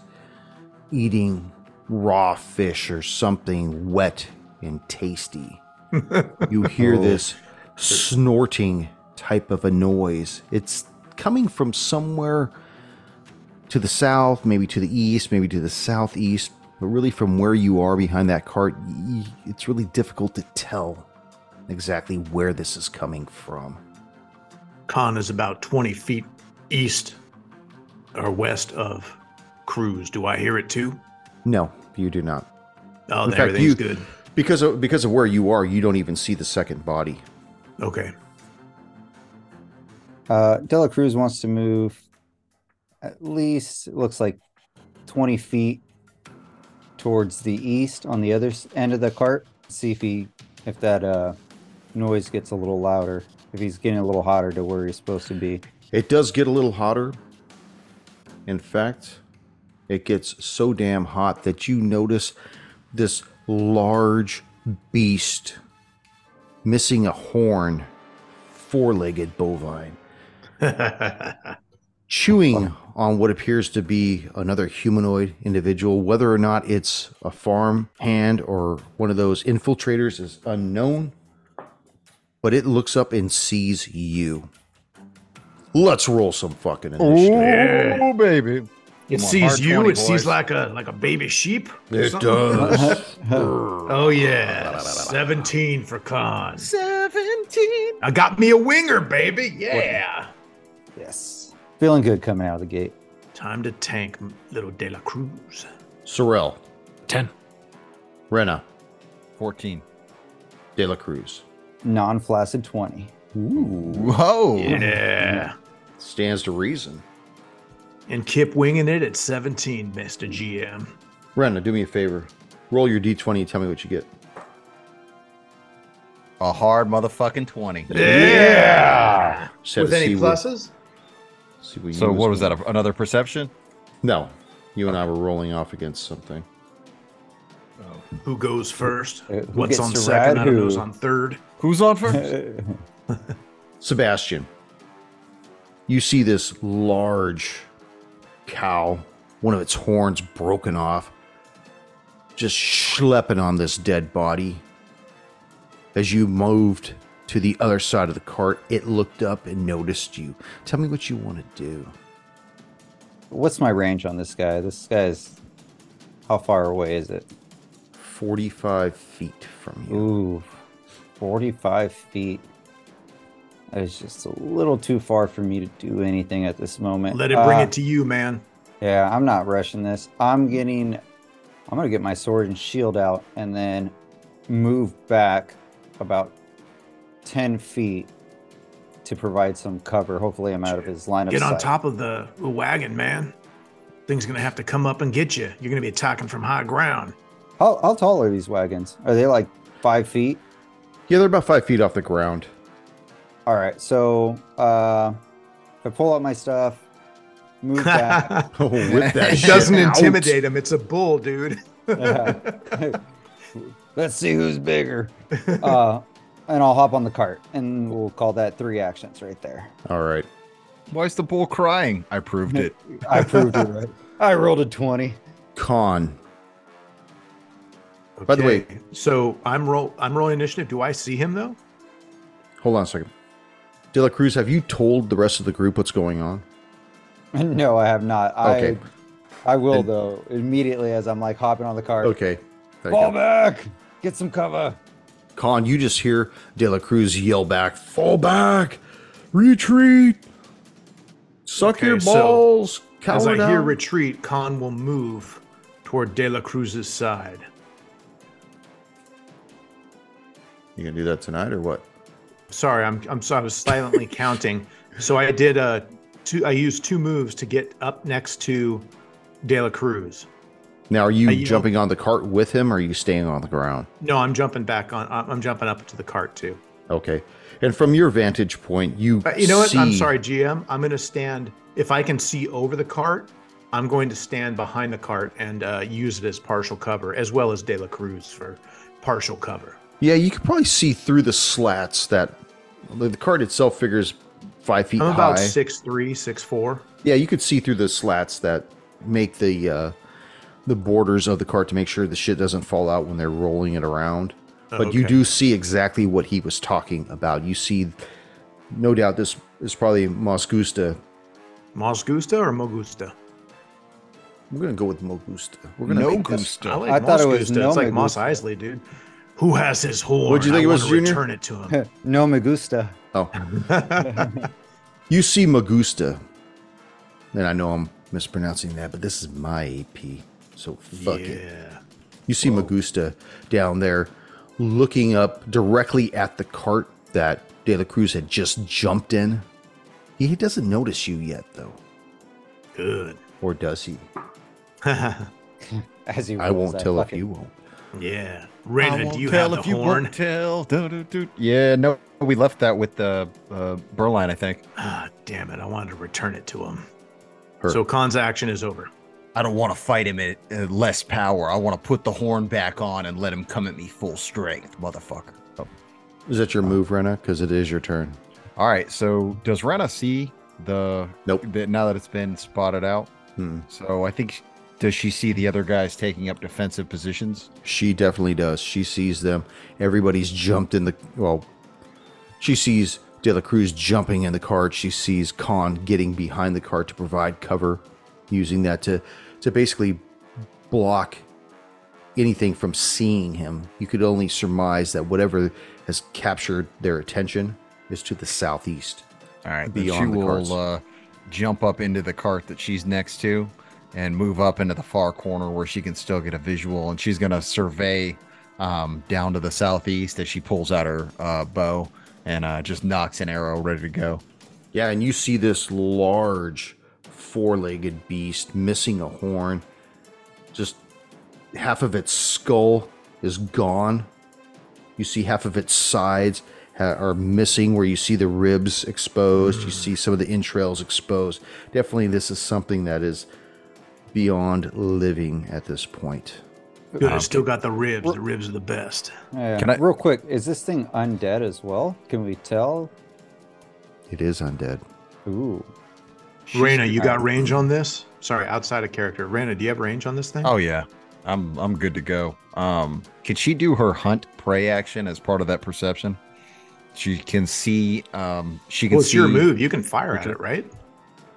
Speaker 1: eating raw fish or something wet and tasty. you hear this snorting type of a noise. It's coming from somewhere to the south, maybe to the east, maybe to the southeast, but really from where you are behind that cart, y- y- it's really difficult to tell exactly where this is coming from.
Speaker 2: Khan is about 20 feet east or west of Cruz. Do I hear it too?
Speaker 1: No, you do not.
Speaker 2: Oh,
Speaker 1: In
Speaker 2: there,
Speaker 1: fact,
Speaker 2: everything's
Speaker 1: you
Speaker 2: good.
Speaker 1: because of, because of where you are, you don't even see the second body.
Speaker 2: Okay.
Speaker 4: Uh, De La Cruz wants to move at least, it looks like 20 feet towards the east on the other s- end of the cart. See if he, if that uh, noise gets a little louder, if he's getting a little hotter to where he's supposed to be. [laughs]
Speaker 1: It does get a little hotter. In fact, it gets so damn hot that you notice this large beast missing a horn, four legged bovine, chewing on what appears to be another humanoid individual. Whether or not it's a farm hand or one of those infiltrators is unknown, but it looks up and sees you. Let's roll some fucking initiative.
Speaker 2: Yeah.
Speaker 5: baby.
Speaker 2: It
Speaker 5: Come on,
Speaker 2: sees
Speaker 5: hard
Speaker 2: you.
Speaker 5: 20,
Speaker 2: It sees
Speaker 5: boys.
Speaker 2: like a like a baby sheep. or
Speaker 1: It
Speaker 2: something.
Speaker 1: does.
Speaker 2: Oh yeah, seventeen for con.
Speaker 5: 17.
Speaker 2: I got me a winger, baby. Yeah.
Speaker 4: yes. Feeling good coming out of the gate.
Speaker 2: Time to tank, little De La Cruz.
Speaker 1: Sorrel,
Speaker 3: 10.
Speaker 1: Rena,
Speaker 5: 14.
Speaker 1: De La Cruz
Speaker 4: Non flaccid 20.
Speaker 5: Whoa.
Speaker 2: Yeah.
Speaker 1: stands to reason.
Speaker 2: And Kip winging it at 17, Mr. GM.
Speaker 1: Rena, do me a favor. Roll your d20 and tell me what you get.
Speaker 5: A hard motherfucking 20.
Speaker 2: Yeah.
Speaker 1: Said
Speaker 2: With
Speaker 1: to
Speaker 2: any
Speaker 1: see what-
Speaker 2: pluses?
Speaker 1: see what
Speaker 5: So
Speaker 1: you
Speaker 5: what was that? a- Another perception?
Speaker 1: No, you and I were rolling off against something.
Speaker 2: Who goes first?
Speaker 4: Uh, who
Speaker 2: What's
Speaker 4: gets
Speaker 2: on
Speaker 4: to
Speaker 2: second?
Speaker 4: ride
Speaker 2: I don't know
Speaker 4: who?
Speaker 2: who's on third.
Speaker 5: Who's on first?
Speaker 4: That's
Speaker 1: Sebastian, you see this large cow, one of its horns broken off, just schlepping on this dead body. As you moved to the other side of the cart, it looked up and noticed you. Tell me what you want to do.
Speaker 4: What's my range on this guy? This guy's. How far away is it?
Speaker 1: 45 feet from you.
Speaker 4: Ooh, 45 feet. That is just a little too far for me to do anything at this moment.
Speaker 2: Let it bring
Speaker 4: Uh,
Speaker 2: it to you, man.
Speaker 4: Yeah, I'm not rushing this. I'm getting. I'm going to get my sword and shield out and then move back about 10 feet to provide some cover. Hopefully, I'm out of his line of
Speaker 2: Get
Speaker 4: sight.
Speaker 2: on top of the, the wagon, man. Thing's going to have to come up and get you. You're going to be attacking from
Speaker 1: [laughs]
Speaker 2: high ground.
Speaker 4: How, how tall are these wagons? Are they like five feet?
Speaker 1: [laughs] Yeah, they're about five feet off the ground.
Speaker 4: All right, so uh, if I pull out my stuff,
Speaker 2: [laughs]
Speaker 4: move back.
Speaker 1: [laughs] Oh, whip that
Speaker 2: It
Speaker 1: shit
Speaker 2: doesn't
Speaker 1: out.
Speaker 2: intimidate him. It's a bull, dude.
Speaker 4: [laughs] Let's see who's bigger. uh, and I'll hop on the cart, and we'll call that three actions right there.
Speaker 1: All right.
Speaker 5: Why is the bull crying? I proved it.
Speaker 4: I proved it right. [laughs] I rolled a twenty.
Speaker 1: Con. By the way-
Speaker 2: Okay, so I'm roll. I'm rolling initiative. Do I see him though?
Speaker 1: Hold on a second. De La Cruz, have you told the rest of the group what's going on?
Speaker 4: [laughs] No, I have not. I
Speaker 1: Okay.
Speaker 4: I will
Speaker 1: And-
Speaker 4: though immediately as I'm like hopping on the cart.
Speaker 1: Okay. Thank
Speaker 4: Fall
Speaker 1: you.
Speaker 4: back. Get some cover.
Speaker 1: Con, you just hear De La Cruz yell back, fall back, retreat, suck
Speaker 2: Okay,
Speaker 1: your
Speaker 2: so,
Speaker 1: balls,
Speaker 2: As
Speaker 1: cower
Speaker 2: I
Speaker 1: down.
Speaker 2: hear retreat, Khan will move toward De La Cruz's side.
Speaker 1: you gonna do that tonight or what?
Speaker 2: Sorry, I'm I'm sorry. I was silently [laughs] counting. So I did uh two. I used two moves to get up next to De La Cruz.
Speaker 1: Now, are you
Speaker 2: I yell-
Speaker 1: jumping on the cart with him or are you staying on the ground?
Speaker 2: No, I'm jumping back on. I'm I'm jumping up to the cart too.
Speaker 1: Okay. And from your vantage point, Uh, you
Speaker 2: But you know what? I'm
Speaker 1: see-
Speaker 2: sorry, GM. I'm going to stand. If I can see over the cart, I'm going to stand behind the cart and uh, use it as partial cover, as well as De La Cruz for partial cover.
Speaker 1: Yeah, you could probably see through the slats that the the cart itself figures five feet
Speaker 2: I'm
Speaker 1: high.
Speaker 2: about six three, six four.
Speaker 1: Yeah, you could see through the slats that make the uh, the borders of the cart to make sure the shit doesn't fall out when they're rolling it around. But you
Speaker 2: okay.
Speaker 1: do see exactly what he was talking about. You see, no doubt, this is probably Mosgusta.
Speaker 2: Mosgusta or Mogusta?
Speaker 1: We're gonna go with Mogusta. We're gonna
Speaker 5: No
Speaker 1: make this-
Speaker 2: I,
Speaker 5: gusto.
Speaker 2: like
Speaker 4: I thought it was
Speaker 2: Mosgusta. It's like Moss
Speaker 4: Nomagusta.
Speaker 2: Isley, dude. Who has his horn?
Speaker 1: What'd you think
Speaker 2: I
Speaker 1: it was,
Speaker 2: wanna
Speaker 1: Junior?
Speaker 2: Return it to him.
Speaker 4: [laughs] no me gusta.
Speaker 1: Oh, you see Magusta, and I know I'm mispronouncing that, but this is my AP, so fuck it.
Speaker 2: yeah.
Speaker 1: You see Magusta down there looking up directly at the cart that De La Cruz had just jumped in. He doesn't notice you yet, though.
Speaker 2: Good. [laughs]
Speaker 1: Or does he?
Speaker 4: As he
Speaker 1: I
Speaker 4: rolls
Speaker 1: won't
Speaker 4: that
Speaker 1: tell if
Speaker 4: fucking-
Speaker 1: you won't.
Speaker 2: Yeah.
Speaker 5: I
Speaker 2: Rena,
Speaker 5: won't
Speaker 2: do you
Speaker 5: tell
Speaker 2: have the
Speaker 5: if you
Speaker 2: horn?
Speaker 5: won't tell. Do, do, do. Yeah, no, we left that with the uh, Berline, I think.
Speaker 2: Ah, damn it. I wanted to return it to him.
Speaker 1: Her.
Speaker 2: So Khan's action is over.
Speaker 5: I don't want to fight him at uh, less power. I want to put the horn back on and let him come at me full strength, motherfucker.
Speaker 1: Is that your move, Rena? Because it is your turn.
Speaker 5: All right, so does Rena see the
Speaker 1: Nope.
Speaker 5: that now that it's been spotted out?
Speaker 1: Hmm.
Speaker 5: So I think does she see the other guys taking up defensive positions?
Speaker 1: She definitely does. She sees them. Everybody's jumped in the. Well, she sees De La Cruz jumping in the cart. She sees Khan getting behind the cart to provide cover. using that to to basically block anything from seeing him. You could only surmise that whatever has captured their attention is to the southeast.
Speaker 5: All right, but she
Speaker 1: Beyond the carts.
Speaker 5: will uh, jump up into the cart that she's next to and move up into the far corner where she can still get a visual. And she's going to survey um, down to the southeast as she pulls out her uh, bow and uh, just knocks an arrow ready to go.
Speaker 1: Yeah, and you see this large four legged beast missing a horn. Just half of its skull is gone. You see half of its sides ha- are missing, where you see the ribs exposed. You see some of the entrails exposed. Definitely, this is something that is beyond living at this point.
Speaker 2: Good. I still got the ribs. The ribs are the best.
Speaker 4: Yeah.
Speaker 5: Can I-
Speaker 4: Real quick, is this thing undead as well? Can we tell?
Speaker 1: It is undead.
Speaker 4: Ooh.
Speaker 2: Reyna, you got range on this? Sorry, outside of character. Reyna, do you have range on this thing?
Speaker 5: Oh yeah, I'm I'm good to go. Um, could she do her hunt prey action as part of that perception? She can see. Um, she can
Speaker 2: well, it's
Speaker 5: see.
Speaker 2: your move. You can fire at
Speaker 5: Okay.
Speaker 2: it, right?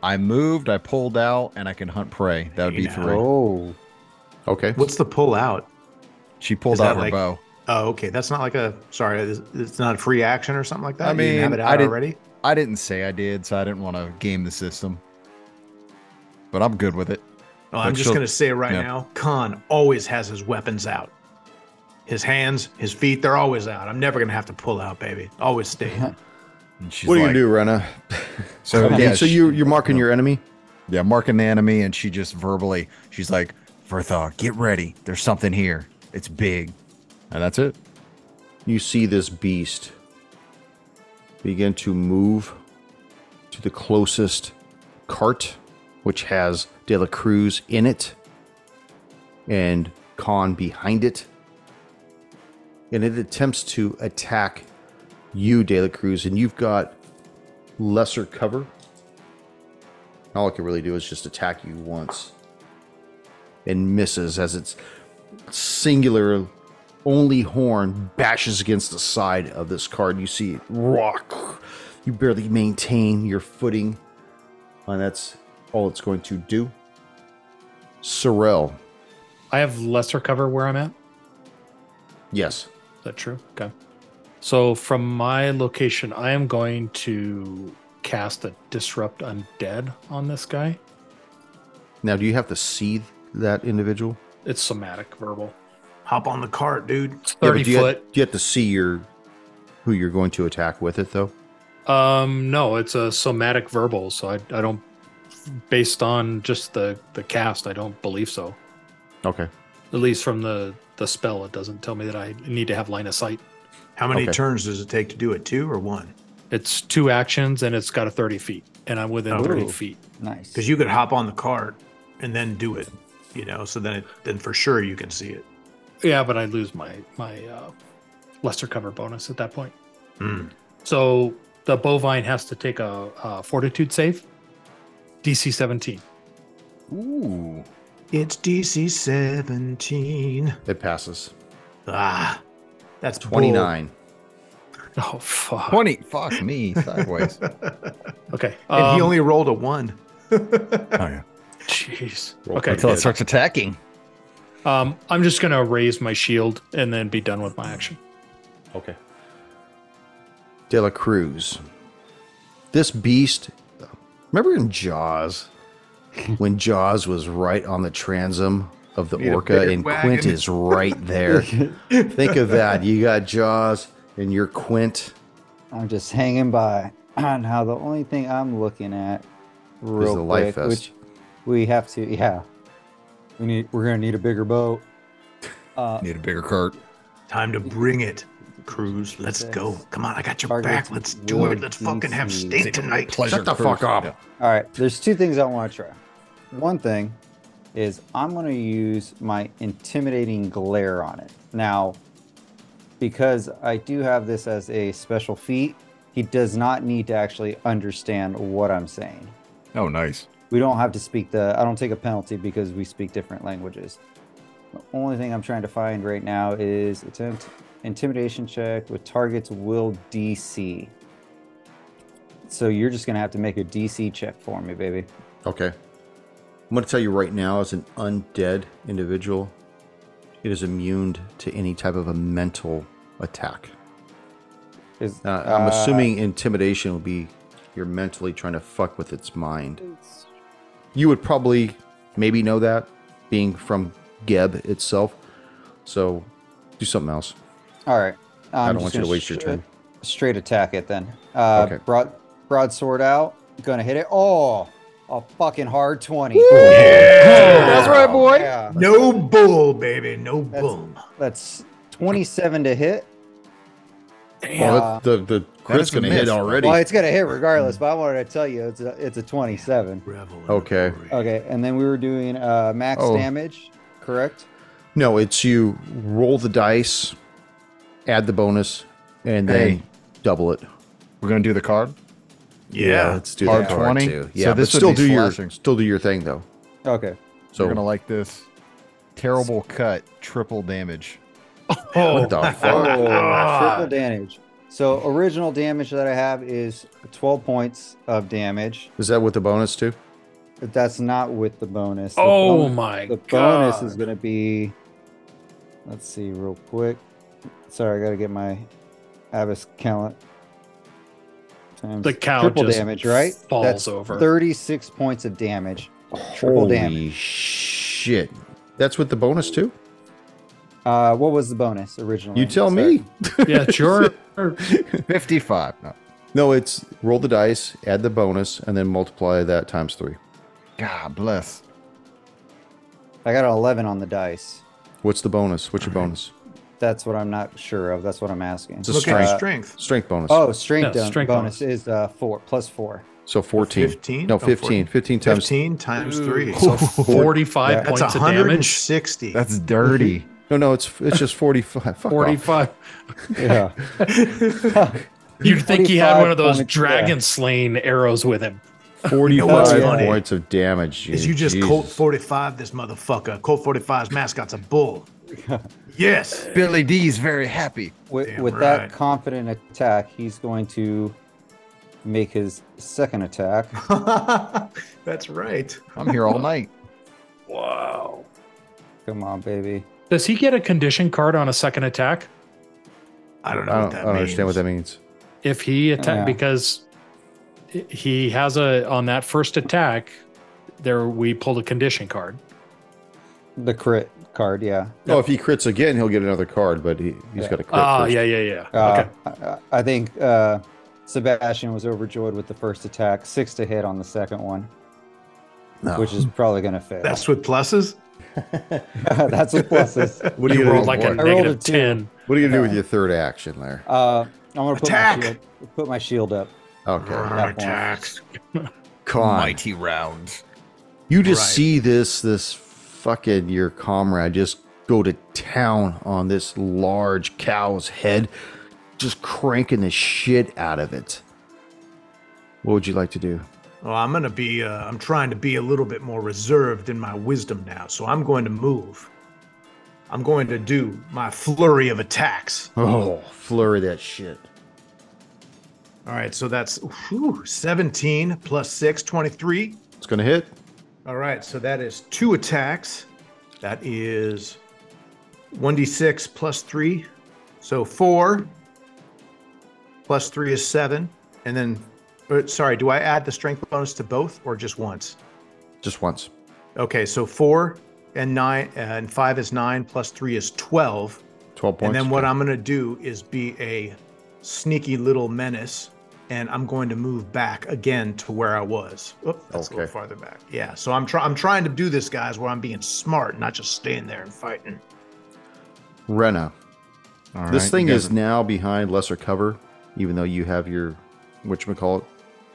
Speaker 5: I moved. I pulled out, and I can hunt prey. That would be
Speaker 2: Yeah.
Speaker 5: three.
Speaker 4: Oh.
Speaker 1: Okay.
Speaker 2: What's the pull out?
Speaker 5: She pulled
Speaker 2: Is that
Speaker 5: out her
Speaker 2: like-
Speaker 5: bow.
Speaker 2: Oh, okay. That's not like a sorry. It's it's not a free action or something like that.
Speaker 5: I
Speaker 2: You didn't have
Speaker 5: mean,
Speaker 2: it
Speaker 5: I
Speaker 2: out
Speaker 5: didn't-
Speaker 2: already.
Speaker 5: I didn't say I did, so I didn't want to game the system. But I'm good with it.
Speaker 2: Oh, I'm
Speaker 5: But
Speaker 2: just
Speaker 5: she'll-
Speaker 2: gonna say right
Speaker 5: yeah.
Speaker 2: now, Khan always has his weapons out. His hands, his feet, they're always out. I'm never gonna have to pull out, baby. Always stay.
Speaker 5: [laughs]
Speaker 2: in.
Speaker 5: And she's
Speaker 1: What do you
Speaker 5: like-
Speaker 1: do, Rena? [laughs]
Speaker 5: So
Speaker 1: Okay,
Speaker 5: yeah,
Speaker 1: so
Speaker 5: she-
Speaker 1: you, you're marking your enemy?
Speaker 5: yeah, marking the enemy, and she just verbally, she's like, "Verthog, get ready. There's something here. It's big." And that's it.
Speaker 1: you see this beast begin to move to the closest cart, which has De La Cruz in it and Khan behind it. And it attempts to attack you, De La Cruz, and you've got lesser cover. All it can really do is just attack you once and misses as its singular only horn bashes against the side of this card. You see it rock. You barely maintain your footing. And that's all it's going to do. Sorrel.
Speaker 3: I have lesser cover where I'm at.
Speaker 1: Yes.
Speaker 3: Is that true? Okay. So from my location, I am going to cast a disrupt undead on this guy.
Speaker 1: Now, do you have to see that individual?
Speaker 3: It's somatic verbal.
Speaker 2: Hop on the cart, dude.
Speaker 3: It's
Speaker 1: Yeah, but
Speaker 3: 30
Speaker 1: do you have-
Speaker 3: foot.
Speaker 1: do you have to see your who you're going to attack with it, though?
Speaker 3: Um, no, it's a somatic verbal, so I, I don't based on just the the cast, I don't believe so.
Speaker 1: Okay.
Speaker 3: At least from the the spell, it doesn't tell me that I need to have line of sight.
Speaker 2: How many
Speaker 1: Okay.
Speaker 2: turns does it take to do it? Two or one?
Speaker 3: It's two actions and it's got a thirty feet, and I'm within
Speaker 2: Oh.
Speaker 3: thirty
Speaker 4: Ooh.
Speaker 3: feet.
Speaker 4: Nice.
Speaker 2: Because you could hop on the cart and then do it. You know, so then it, then for sure you can see it.
Speaker 3: Yeah, but I lose my my uh, lesser cover bonus at that point.
Speaker 2: Hmm.
Speaker 3: So the bovine has to take a, a fortitude save, DC seventeen. [laughs]
Speaker 5: Ooh.
Speaker 2: It's DC 17.
Speaker 1: It passes.
Speaker 2: Ah, that's bull.
Speaker 1: 29.
Speaker 3: Oh fuck.
Speaker 5: 20. Fuck me. [laughs] Sideways.
Speaker 3: Okay.
Speaker 2: And he
Speaker 3: um,
Speaker 2: only rolled a one.
Speaker 5: oh, yeah.
Speaker 3: Jeez.
Speaker 1: Roll
Speaker 3: Okay.
Speaker 5: Until it starts attacking.
Speaker 3: Um, I'm just gonna raise my shield and then be done with my action.
Speaker 1: Okay. De La Cruz. This beast. Remember in
Speaker 4: [laughs]
Speaker 1: Jaws, when Jaws was right on the transom of the
Speaker 2: Need a
Speaker 1: orca,
Speaker 2: bigger
Speaker 1: and Quint
Speaker 2: wagon.
Speaker 1: is right
Speaker 4: [laughs]
Speaker 1: there. Think of that. You got Jaws, and you're Quint.
Speaker 4: I'm just hanging by [clears throat] on how the only thing I'm looking at real
Speaker 1: the life
Speaker 4: quick,
Speaker 1: vest.
Speaker 4: which we have to, yeah. We need. We're gonna need a bigger boat. Uh,
Speaker 5: Need a bigger cart.
Speaker 2: Time to bring it. Cruz, let's go. Come on, I got your back.
Speaker 4: Targets
Speaker 2: Let's do
Speaker 4: will
Speaker 2: it. Let's fucking have
Speaker 4: DC.
Speaker 2: steak tonight.
Speaker 5: Pleasure
Speaker 1: Shut the
Speaker 5: cruise.
Speaker 1: fuck up.
Speaker 5: Yeah.
Speaker 4: All right, there's two things I want to try. One thing is I'm going to use my intimidating glare on it. Now, because I do have this as a special feat, he does not need to actually understand what I'm saying.
Speaker 5: Oh, nice.
Speaker 4: We don't have to speak the, I don't take a penalty because we speak different languages. The only thing I'm trying to find right now is attempt intimidation check with targets will DC. So you're just going to have to make a DC check for me, baby.
Speaker 1: Okay. I'm going to tell you right now, as an undead individual, it is immune to any type of a mental attack.
Speaker 4: Is,
Speaker 1: Uh, I'm
Speaker 4: uh,
Speaker 1: assuming intimidation would be you're mentally trying to fuck with its mind. You would probably maybe know that, being from Geb itself. So do something else.
Speaker 4: All right.
Speaker 1: I
Speaker 4: I'm
Speaker 1: don't
Speaker 4: just
Speaker 1: want you to
Speaker 4: gonna
Speaker 1: waste your
Speaker 4: sh-
Speaker 1: turn.
Speaker 4: Straight attack it then. Uh,
Speaker 1: Okay.
Speaker 4: Broad broadsword out. Gonna hit it. Oh, a fucking hard twenty. Oh,
Speaker 1: That's
Speaker 2: That's
Speaker 1: right, boy.
Speaker 4: Yeah.
Speaker 2: No bull, baby. No
Speaker 4: That's-
Speaker 2: bull.
Speaker 4: That's twenty-seven to hit.
Speaker 1: Well, that- the the crit's
Speaker 5: a
Speaker 1: going to hit
Speaker 5: miss.
Speaker 1: already.
Speaker 4: Well, it's gonna hit regardless, but I wanted to tell you it's a, it's a twenty-seven.
Speaker 2: Revel. in
Speaker 1: Okay. Uh,
Speaker 2: the glory.
Speaker 4: Okay, and then we were doing uh, max
Speaker 1: Oh.
Speaker 4: damage, correct?
Speaker 1: No, it's you roll the dice, add the bonus, and then
Speaker 5: Hey.
Speaker 1: double it.
Speaker 5: We're gonna do the card.
Speaker 2: Yeah.
Speaker 1: let's do
Speaker 5: Hard
Speaker 1: that card
Speaker 5: 20?
Speaker 1: too.
Speaker 5: So
Speaker 1: Yeah,
Speaker 5: this
Speaker 1: but
Speaker 5: would
Speaker 1: still
Speaker 5: be
Speaker 1: do your
Speaker 5: slashing.
Speaker 1: still do your thing though.
Speaker 4: Okay.
Speaker 1: So
Speaker 5: You're gonna like this. Terrible cut, triple damage.
Speaker 1: [laughs]
Speaker 2: Oh,
Speaker 1: what the
Speaker 4: [laughs] Oh,
Speaker 1: fuck?
Speaker 4: triple damage. So original damage that I have is twelve points of damage.
Speaker 1: Is that with the bonus too?
Speaker 4: But that's not with the bonus. The
Speaker 3: oh
Speaker 4: bonus-
Speaker 3: my
Speaker 4: the
Speaker 3: god.
Speaker 4: bonus is going to be let's see real quick sorry i gotta get my abyss count times
Speaker 3: the cow
Speaker 4: triple
Speaker 3: just
Speaker 4: damage right
Speaker 3: falls
Speaker 4: that's
Speaker 3: over.
Speaker 4: 36 points of damage Triple
Speaker 1: Holy
Speaker 4: damage.
Speaker 1: Shit. That's with the bonus too?
Speaker 4: uh what was the bonus originally
Speaker 1: You tell
Speaker 4: Sorry.
Speaker 1: me.
Speaker 3: yeah,
Speaker 4: [laughs]
Speaker 3: sure.
Speaker 5: Fifty-five. No.
Speaker 1: No, it's roll the dice, add the bonus, and then multiply that times three.
Speaker 5: God bless.
Speaker 4: i got an 11 on the dice
Speaker 1: What's the bonus? What's your bonus?
Speaker 4: that's what i'm not sure of that's what i'm asking Uh,
Speaker 1: It's a
Speaker 2: Look at
Speaker 1: strength.
Speaker 2: your strength.
Speaker 1: Strength bonus.
Speaker 4: oh strength,
Speaker 3: Yeah,
Speaker 4: don-
Speaker 3: strength
Speaker 4: bonus,
Speaker 3: bonus.
Speaker 4: is uh four plus four
Speaker 1: So 14.
Speaker 2: 15?
Speaker 1: No,
Speaker 2: No,
Speaker 1: 15.
Speaker 2: 14.
Speaker 1: 15 times.
Speaker 2: 15 Oh, times three.
Speaker 3: So 45
Speaker 4: Yeah,
Speaker 2: That's
Speaker 3: points of damage.
Speaker 2: 160.
Speaker 5: That's [laughs] dirty.
Speaker 1: No, no, it's it's just [laughs] 45. Fuck off.
Speaker 3: 45.
Speaker 4: [laughs] yeah
Speaker 3: You'd think he had
Speaker 4: 45
Speaker 3: one of those
Speaker 4: points,
Speaker 3: dragon slaying arrows with him.
Speaker 1: 45
Speaker 4: what's funny?
Speaker 1: points of damage.
Speaker 2: Is
Speaker 1: dude.
Speaker 2: you just
Speaker 1: Jesus.
Speaker 2: Colt 45 this motherfucker? Colt 45's mascot's a
Speaker 3: [laughs]
Speaker 2: bull. yes.
Speaker 5: Billy D's very happy.
Speaker 4: with,
Speaker 2: Damn
Speaker 4: with
Speaker 2: right.
Speaker 4: that confident attack he's going to make his second
Speaker 2: [laughs]
Speaker 4: attack
Speaker 2: That's right.
Speaker 5: I'm here all
Speaker 1: [laughs]
Speaker 5: night.
Speaker 3: Wow.
Speaker 4: come on baby
Speaker 3: Does he get a condition card on a second attack?
Speaker 2: I don't know
Speaker 1: I don't,
Speaker 2: what that
Speaker 1: I don't understand what that means.
Speaker 3: If he attack
Speaker 4: Yeah.
Speaker 3: because he has a on that first attack, there we pulled a condition card.
Speaker 4: The crit card, yeah.
Speaker 1: Oh, if he crits again, he'll get another card, but he, he's
Speaker 4: Yeah.
Speaker 1: got a crit.
Speaker 3: Ah,
Speaker 1: first.
Speaker 3: yeah, yeah, yeah.
Speaker 4: Uh,
Speaker 3: okay.
Speaker 4: I, I think uh, Sebastian was overjoyed with the first attack, six to hit on the second one,
Speaker 1: No.
Speaker 4: which is probably going to fail. [laughs]
Speaker 2: That's with pluses?
Speaker 4: That's
Speaker 2: [laughs]
Speaker 4: with pluses.
Speaker 1: what are you
Speaker 3: You
Speaker 1: gonna
Speaker 3: rolled
Speaker 1: do?
Speaker 3: like a
Speaker 1: What-
Speaker 4: I rolled a
Speaker 3: negative
Speaker 4: two.
Speaker 3: ten.
Speaker 1: what are you gonna do with your third action there?
Speaker 4: Uh, I'm going to put my
Speaker 2: Attack!
Speaker 4: shield, put my shield up.
Speaker 2: Uh,
Speaker 1: Okay,
Speaker 4: that point.
Speaker 2: Attacks.
Speaker 1: con.
Speaker 5: round.
Speaker 1: You just
Speaker 2: Right.
Speaker 1: see this this fucking your comrade just go to town on this large cow's head, just cranking the shit out of it. What would you like to do?
Speaker 2: Well, I'm going to be, uh, I'm trying to be a little bit more reserved in my wisdom now. So I'm going to move. I'm going to do my flurry of attacks.
Speaker 1: Oh, [laughs] flurry that shit.
Speaker 2: All right. So that's whew, 17 plus 6, 23.
Speaker 1: It's gonna hit.
Speaker 2: All right, so that is two attacks. That is 1d6 plus 3. So 4 plus 3 is 7. And then, or, sorry, do I add the strength bonus to both or just once?
Speaker 1: Just once.
Speaker 2: Okay, so 4 and 9 and 5 is 9 plus 3 is 12.
Speaker 1: Twelve points.
Speaker 2: And then what I'm going to do is be a sneaky little menace, and I'm going to move back again to where I was. Oop, that's a
Speaker 1: Okay.
Speaker 2: little farther back. Yeah. So I'm trying. I'm trying to do this, guys, where I'm being smart, not just staying there and fighting.
Speaker 1: Rena.
Speaker 5: All right,
Speaker 1: this
Speaker 5: you
Speaker 1: thing
Speaker 5: guys
Speaker 1: is now behind lesser cover, even though you have your whatchamacallit,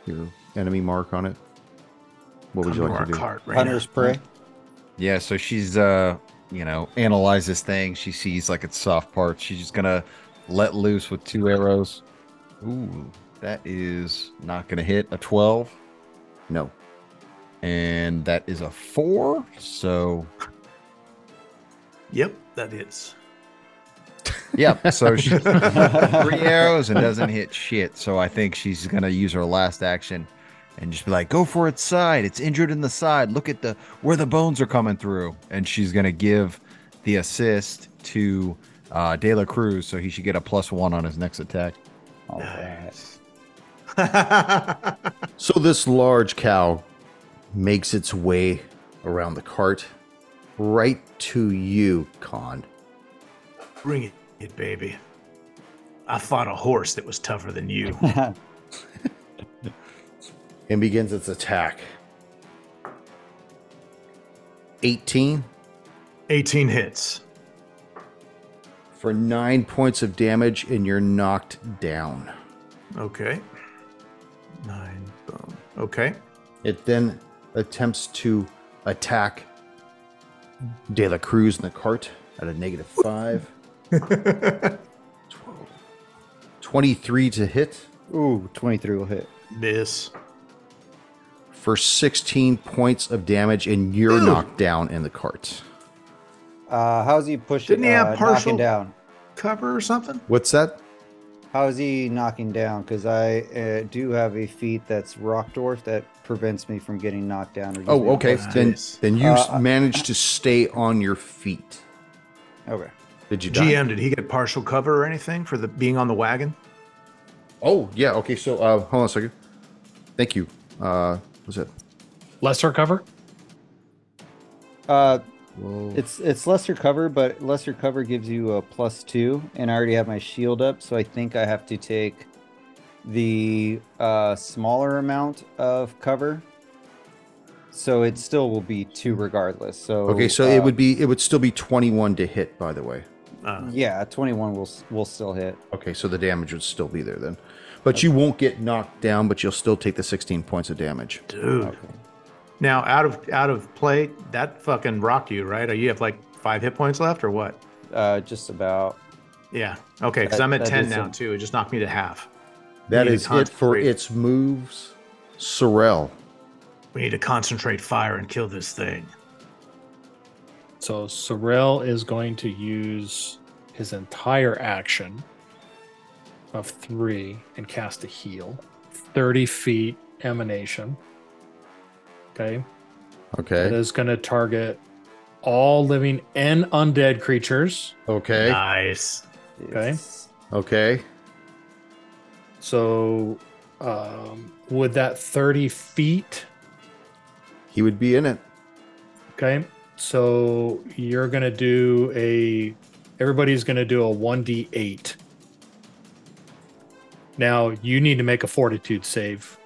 Speaker 1: your enemy mark on it. What would
Speaker 2: Come
Speaker 1: you
Speaker 2: to
Speaker 1: like
Speaker 2: our
Speaker 1: to do?
Speaker 2: cart right
Speaker 4: Hunter's prey.
Speaker 5: Yeah, so she's uh, you know, analyze this thing. She sees like its soft parts. She's just gonna let loose with two arrows. Ooh, that is not gonna hit a twelve,
Speaker 1: No.
Speaker 5: and that is a four. So
Speaker 2: now. Yep, that is.
Speaker 5: yeah, [laughs] so she three arrows and doesn't hit shit. So I think she's gonna use her last action and just be like, "Go for its side. It's injured in the side. Look at the where the bones are coming through." And she's gonna give the assist to uh, De La Cruz, so he should get a plus one on his next attack.
Speaker 4: All right.
Speaker 1: So this large cow makes its way around the cart right to you, Con.
Speaker 2: Bring it, baby. I fought a horse that was tougher than you.
Speaker 1: and begins its attack. 18
Speaker 2: 18 hits.
Speaker 1: for 9 points of damage, and you're knocked down.
Speaker 2: Okay. Nine. Boom. Okay.
Speaker 1: It then attempts to attack De La Cruz in the cart at a negative 5. 12. 23 to hit
Speaker 4: Ooh, 23 will hit.
Speaker 2: Miss.
Speaker 1: for 16 points of damage, and you're
Speaker 2: Ooh.
Speaker 1: knocked down in the cart.
Speaker 4: Uh, how's he pushing?
Speaker 2: Didn't he have
Speaker 4: uh,
Speaker 2: partial-
Speaker 4: knocking down?
Speaker 2: Cover or something?
Speaker 1: What's that?
Speaker 4: How's he knocking down? Because I uh, do have a feat that's rock dwarf that prevents me from getting knocked down. or just
Speaker 1: Oh,
Speaker 4: being
Speaker 1: okay.
Speaker 4: pushed.
Speaker 1: Then,
Speaker 2: Nice.
Speaker 1: then you
Speaker 4: Uh,
Speaker 1: managed to stay on your feet. oh.
Speaker 4: Okay.
Speaker 1: Did you die?
Speaker 2: GM, did he get partial cover or anything for the being on the wagon?
Speaker 1: Oh yeah. Okay. So uh, hold on a second. Thank you. Uh, what's it?
Speaker 3: Lesser cover?
Speaker 4: Uh,
Speaker 1: Well,
Speaker 4: it's it's lesser cover, but lesser cover gives you a plus two, and I already have my shield up, so I think I have to take the uh, smaller amount of cover. So it still will be two regardless. So
Speaker 1: okay. So it
Speaker 4: uh,
Speaker 1: would be. It would still be twenty-one to hit. By the way.
Speaker 2: Uh,
Speaker 4: yeah, twenty one will s- will still hit.
Speaker 1: Okay. So the damage would still be there then, but you won't get knocked down. But you'll still take the sixteen points of damage.
Speaker 2: dude.
Speaker 4: Okay.
Speaker 2: Now out of out of play, that fucking rocked you, right? Are you have like five hit points left or what?
Speaker 4: Uh, just about.
Speaker 2: Yeah. Okay, because
Speaker 4: That-
Speaker 2: I'm at
Speaker 4: that
Speaker 2: ten
Speaker 4: is
Speaker 2: now
Speaker 4: a-
Speaker 2: too. It just knocked me to half.
Speaker 1: That
Speaker 2: Need to
Speaker 1: is it for
Speaker 2: concentrate.
Speaker 1: its moves. Sorrel.
Speaker 2: We need to concentrate fire and kill this thing.
Speaker 3: So Sorrel is going to use his entire action of three and cast a heal. 30 feet emanation. Okay. That
Speaker 1: Okay.
Speaker 3: is going to target all living and undead creatures.
Speaker 1: Okay.
Speaker 2: Nice.
Speaker 3: Okay.
Speaker 4: It's-
Speaker 1: Okay.
Speaker 3: So um, would that 30 feet?
Speaker 1: He would be in it.
Speaker 3: Okay. So you're going to do a, everybody's going to do a 1d8. Now you need to make a fortitude save,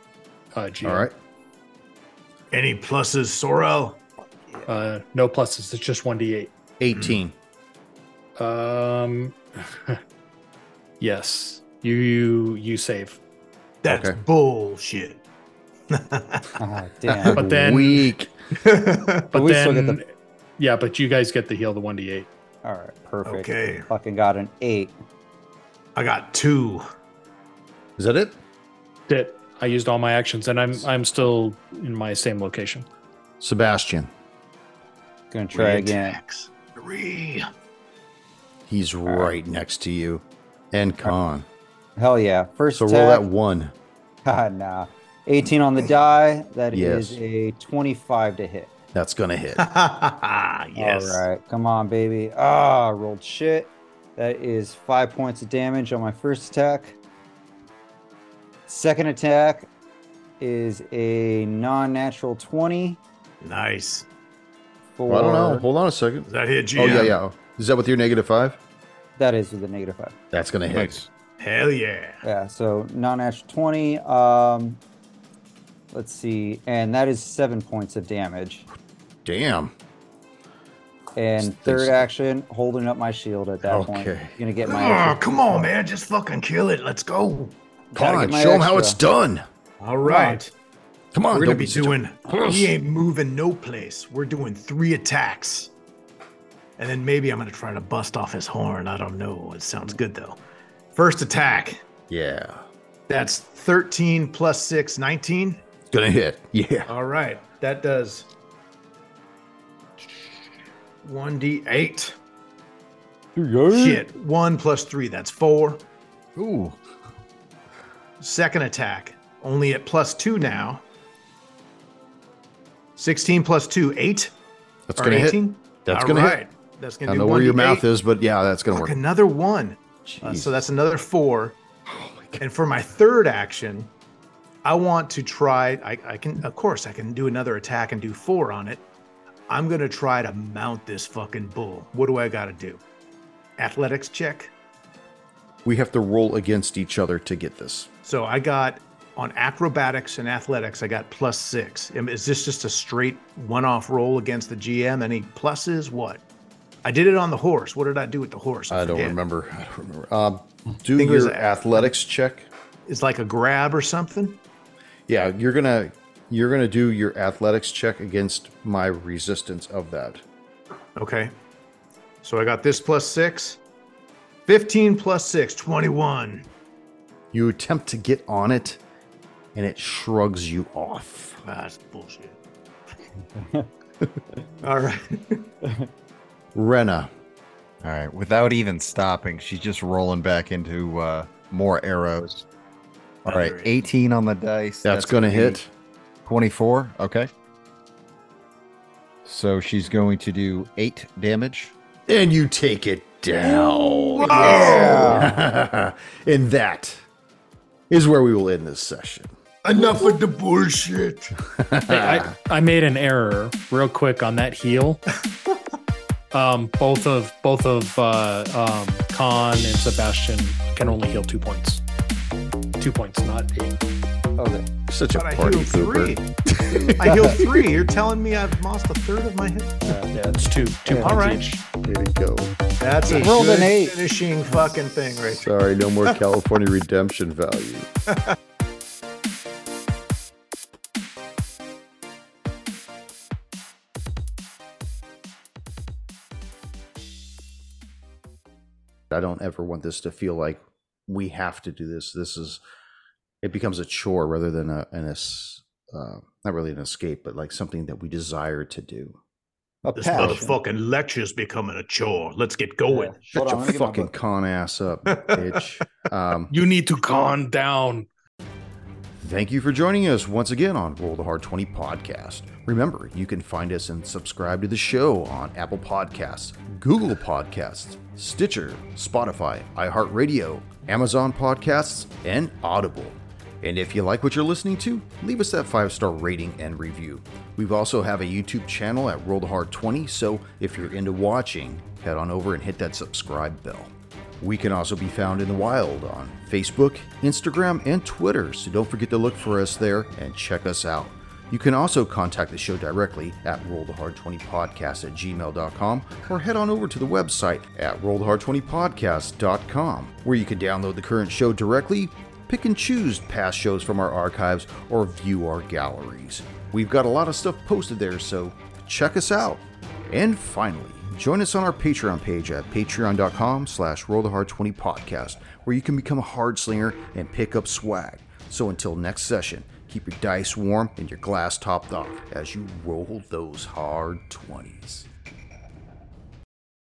Speaker 3: uh, GM.
Speaker 1: All right.
Speaker 2: Any pluses, Sorrel?
Speaker 3: Uh, no pluses. It's just 1d8.
Speaker 1: Eighteen.
Speaker 3: Um, [laughs] yes. You, you, you save.
Speaker 2: That's
Speaker 1: Okay.
Speaker 2: bullshit.
Speaker 4: Ah,
Speaker 1: [laughs]
Speaker 4: damn.
Speaker 3: But then-
Speaker 1: weak.
Speaker 2: okay,
Speaker 3: [laughs] But
Speaker 4: we still get
Speaker 3: then, yeah, but you guys get the heal the 1d8.
Speaker 4: All right. Perfect. Fucking got an eight.
Speaker 2: I got two.
Speaker 1: [clears throat] Is that it?
Speaker 3: That I used all my actions and I'm I'm still in my same location.
Speaker 1: Sebastian.
Speaker 4: Gonna try
Speaker 2: Three
Speaker 4: again.
Speaker 2: attacks. Three. [laughs]
Speaker 1: He's right next to you. And Con.
Speaker 4: Hell yeah. First
Speaker 1: So roll
Speaker 4: attack.
Speaker 1: that one.
Speaker 4: [laughs] Ah, nah. 18 on the die. That
Speaker 1: Yes.
Speaker 4: is a 25 to hit.
Speaker 1: That's gonna [laughs] hit.
Speaker 2: yes.
Speaker 4: All right. Come on, baby. Ah, rolled shit. That is five points of damage on my first attack. Second attack is a non natural 20
Speaker 2: Nice.
Speaker 4: for.
Speaker 1: Well, I don't know. Hold on a second.
Speaker 2: Does that hit GM?
Speaker 1: Oh yeah, yeah. Is that with your negative five?
Speaker 4: That is with a negative five.
Speaker 1: That's gonna hit.
Speaker 2: Hell yeah.
Speaker 4: Yeah, so non natural 20. Um, let's see. And that is seven points of damage.
Speaker 1: Damn.
Speaker 4: And
Speaker 1: Thanks.
Speaker 4: third action, holding up my shield at that point.
Speaker 1: Okay. Ah,
Speaker 4: Gonna get my.
Speaker 2: Oh,
Speaker 4: action.
Speaker 2: come on, man. Just fucking kill it. Let's go.
Speaker 1: Come
Speaker 4: Gotta
Speaker 1: on,
Speaker 4: get my
Speaker 1: show him how it's
Speaker 4: extra.
Speaker 1: done.
Speaker 2: All right.
Speaker 1: Come on,
Speaker 2: We're
Speaker 1: don't
Speaker 2: going to be
Speaker 1: such a-
Speaker 2: doing, we ain't moving no place. We're doing three attacks. And then maybe I'm going to try to bust off his horn. I don't know. It sounds good, though. First attack.
Speaker 1: Yeah.
Speaker 2: That's 13 plus 6, 19.
Speaker 1: It's gonna hit. Yeah.
Speaker 2: All right. That does 1d8. Shit. 1 plus 3, that's 4.
Speaker 5: Ooh.
Speaker 2: Second attack, only at plus 2 now. 16 plus 2, 8?
Speaker 1: That's
Speaker 2: Or
Speaker 1: gonna hit.
Speaker 2: 18?
Speaker 1: That's
Speaker 2: All
Speaker 1: gonna hit.
Speaker 2: right. That's
Speaker 1: I
Speaker 2: going to
Speaker 1: don't
Speaker 2: do
Speaker 1: know
Speaker 2: one
Speaker 1: where your
Speaker 2: D8.
Speaker 1: mouth is, but yeah, that's gonna
Speaker 2: Fuck,
Speaker 1: work.
Speaker 2: another one. Uh,
Speaker 1: Jeez. Oh
Speaker 2: so that's another four. and for my third action, I want to try. I, I can, of course, I can do another attack and do four on it. I'm gonna try to mount this fucking bull. What do I gotta do? Athletics check.
Speaker 1: We have to roll against each other to get this.
Speaker 2: So I got on acrobatics and athletics. I got plus six. Am- Is this just a straight one-off roll against the GM? Any pluses? What? I did it on the horse. What did I do with the horse?
Speaker 1: I don't
Speaker 2: forget.
Speaker 1: remember. I don't remember. Um, do
Speaker 2: think it was
Speaker 1: your
Speaker 2: a-
Speaker 1: athletics check.
Speaker 2: It's like a grab or something.
Speaker 1: Yeah, you're gonna you're gonna do your athletics check against my resistance of that.
Speaker 2: Okay. So I got this plus six. 15 plus six, 21.
Speaker 1: You attempt to get on it, and it shrugs you off.
Speaker 2: Ah, That's bullshit. [laughs] All right.
Speaker 1: Rena,
Speaker 5: All right. Without even stopping, she's just rolling back into uh, more arrows. All right.
Speaker 2: Another eight.
Speaker 5: 18 on the dice.
Speaker 1: that's, gonna
Speaker 5: be
Speaker 1: hit.
Speaker 5: 24. Okay. So she's going to do eight damage.
Speaker 1: and you take it down. [laughs] and that is where we will end this session.
Speaker 2: Enough with the bullshit.
Speaker 3: Hey, I, I made an error real quick on that heel. um, both of both of uh, um, Khan and Sebastian can only heal two points. Two points, not eight.
Speaker 4: Okay.
Speaker 1: Such a
Speaker 2: But I
Speaker 1: party
Speaker 2: healed
Speaker 1: pooper.
Speaker 2: three. I healed three. You're telling me I've lost a third of my hit?
Speaker 3: Yeah, it's two two
Speaker 4: Yeah.
Speaker 3: points
Speaker 2: Alright.
Speaker 3: each.
Speaker 1: There you go.
Speaker 2: That's a
Speaker 4: Rolled
Speaker 2: good
Speaker 4: an eight.
Speaker 2: finishing fucking thing right there.
Speaker 1: Sorry, no
Speaker 4: [laughs]
Speaker 1: more California redemption value. I don't ever want this to feel like we have to do this. This is it becomes a chore rather than a an es, uh, not really an escape, but like something that we desire to do.
Speaker 4: A
Speaker 2: This
Speaker 4: passion.
Speaker 2: motherfucking lecture's becoming a chore. Let's get going.
Speaker 4: Yeah.
Speaker 1: Shut
Speaker 4: Hold on,
Speaker 1: your
Speaker 4: I'm gonna get my
Speaker 1: fucking
Speaker 4: book.
Speaker 1: con ass
Speaker 4: [laughs]
Speaker 1: up, bitch. Um,
Speaker 3: You need to con down.
Speaker 1: Thank you for joining us once again on Roll the Hard 20 podcast. Remember, you can find us and subscribe to the show on Apple Podcasts, Google Podcasts, Stitcher, Spotify, iHeartRadio, Amazon Podcasts, and Audible. And if you like what you're listening to, leave us that five star rating and review. We have also have a YouTube channel at Roll the Hard 20, so if you're into watching, head on over and hit that subscribe bell. We can also be found in the wild on Facebook, Instagram, and Twitter, so don't forget to look for us there and check us out. You can also contact the show directly at rollthehard20podcast at gmail.com or head on over to the website at rollthehard20podcast.com where you can download the current show directly, pick and choose past shows from our archives, or view our galleries. We've got a lot of stuff posted there, so check us out. And finally, join us on our Patreon page at patreon.com slash rollthehard20podcast, where you can become a hard slinger and pick up swag. So until next session, keep your dice warm and your glass topped off as you roll those hard 20s.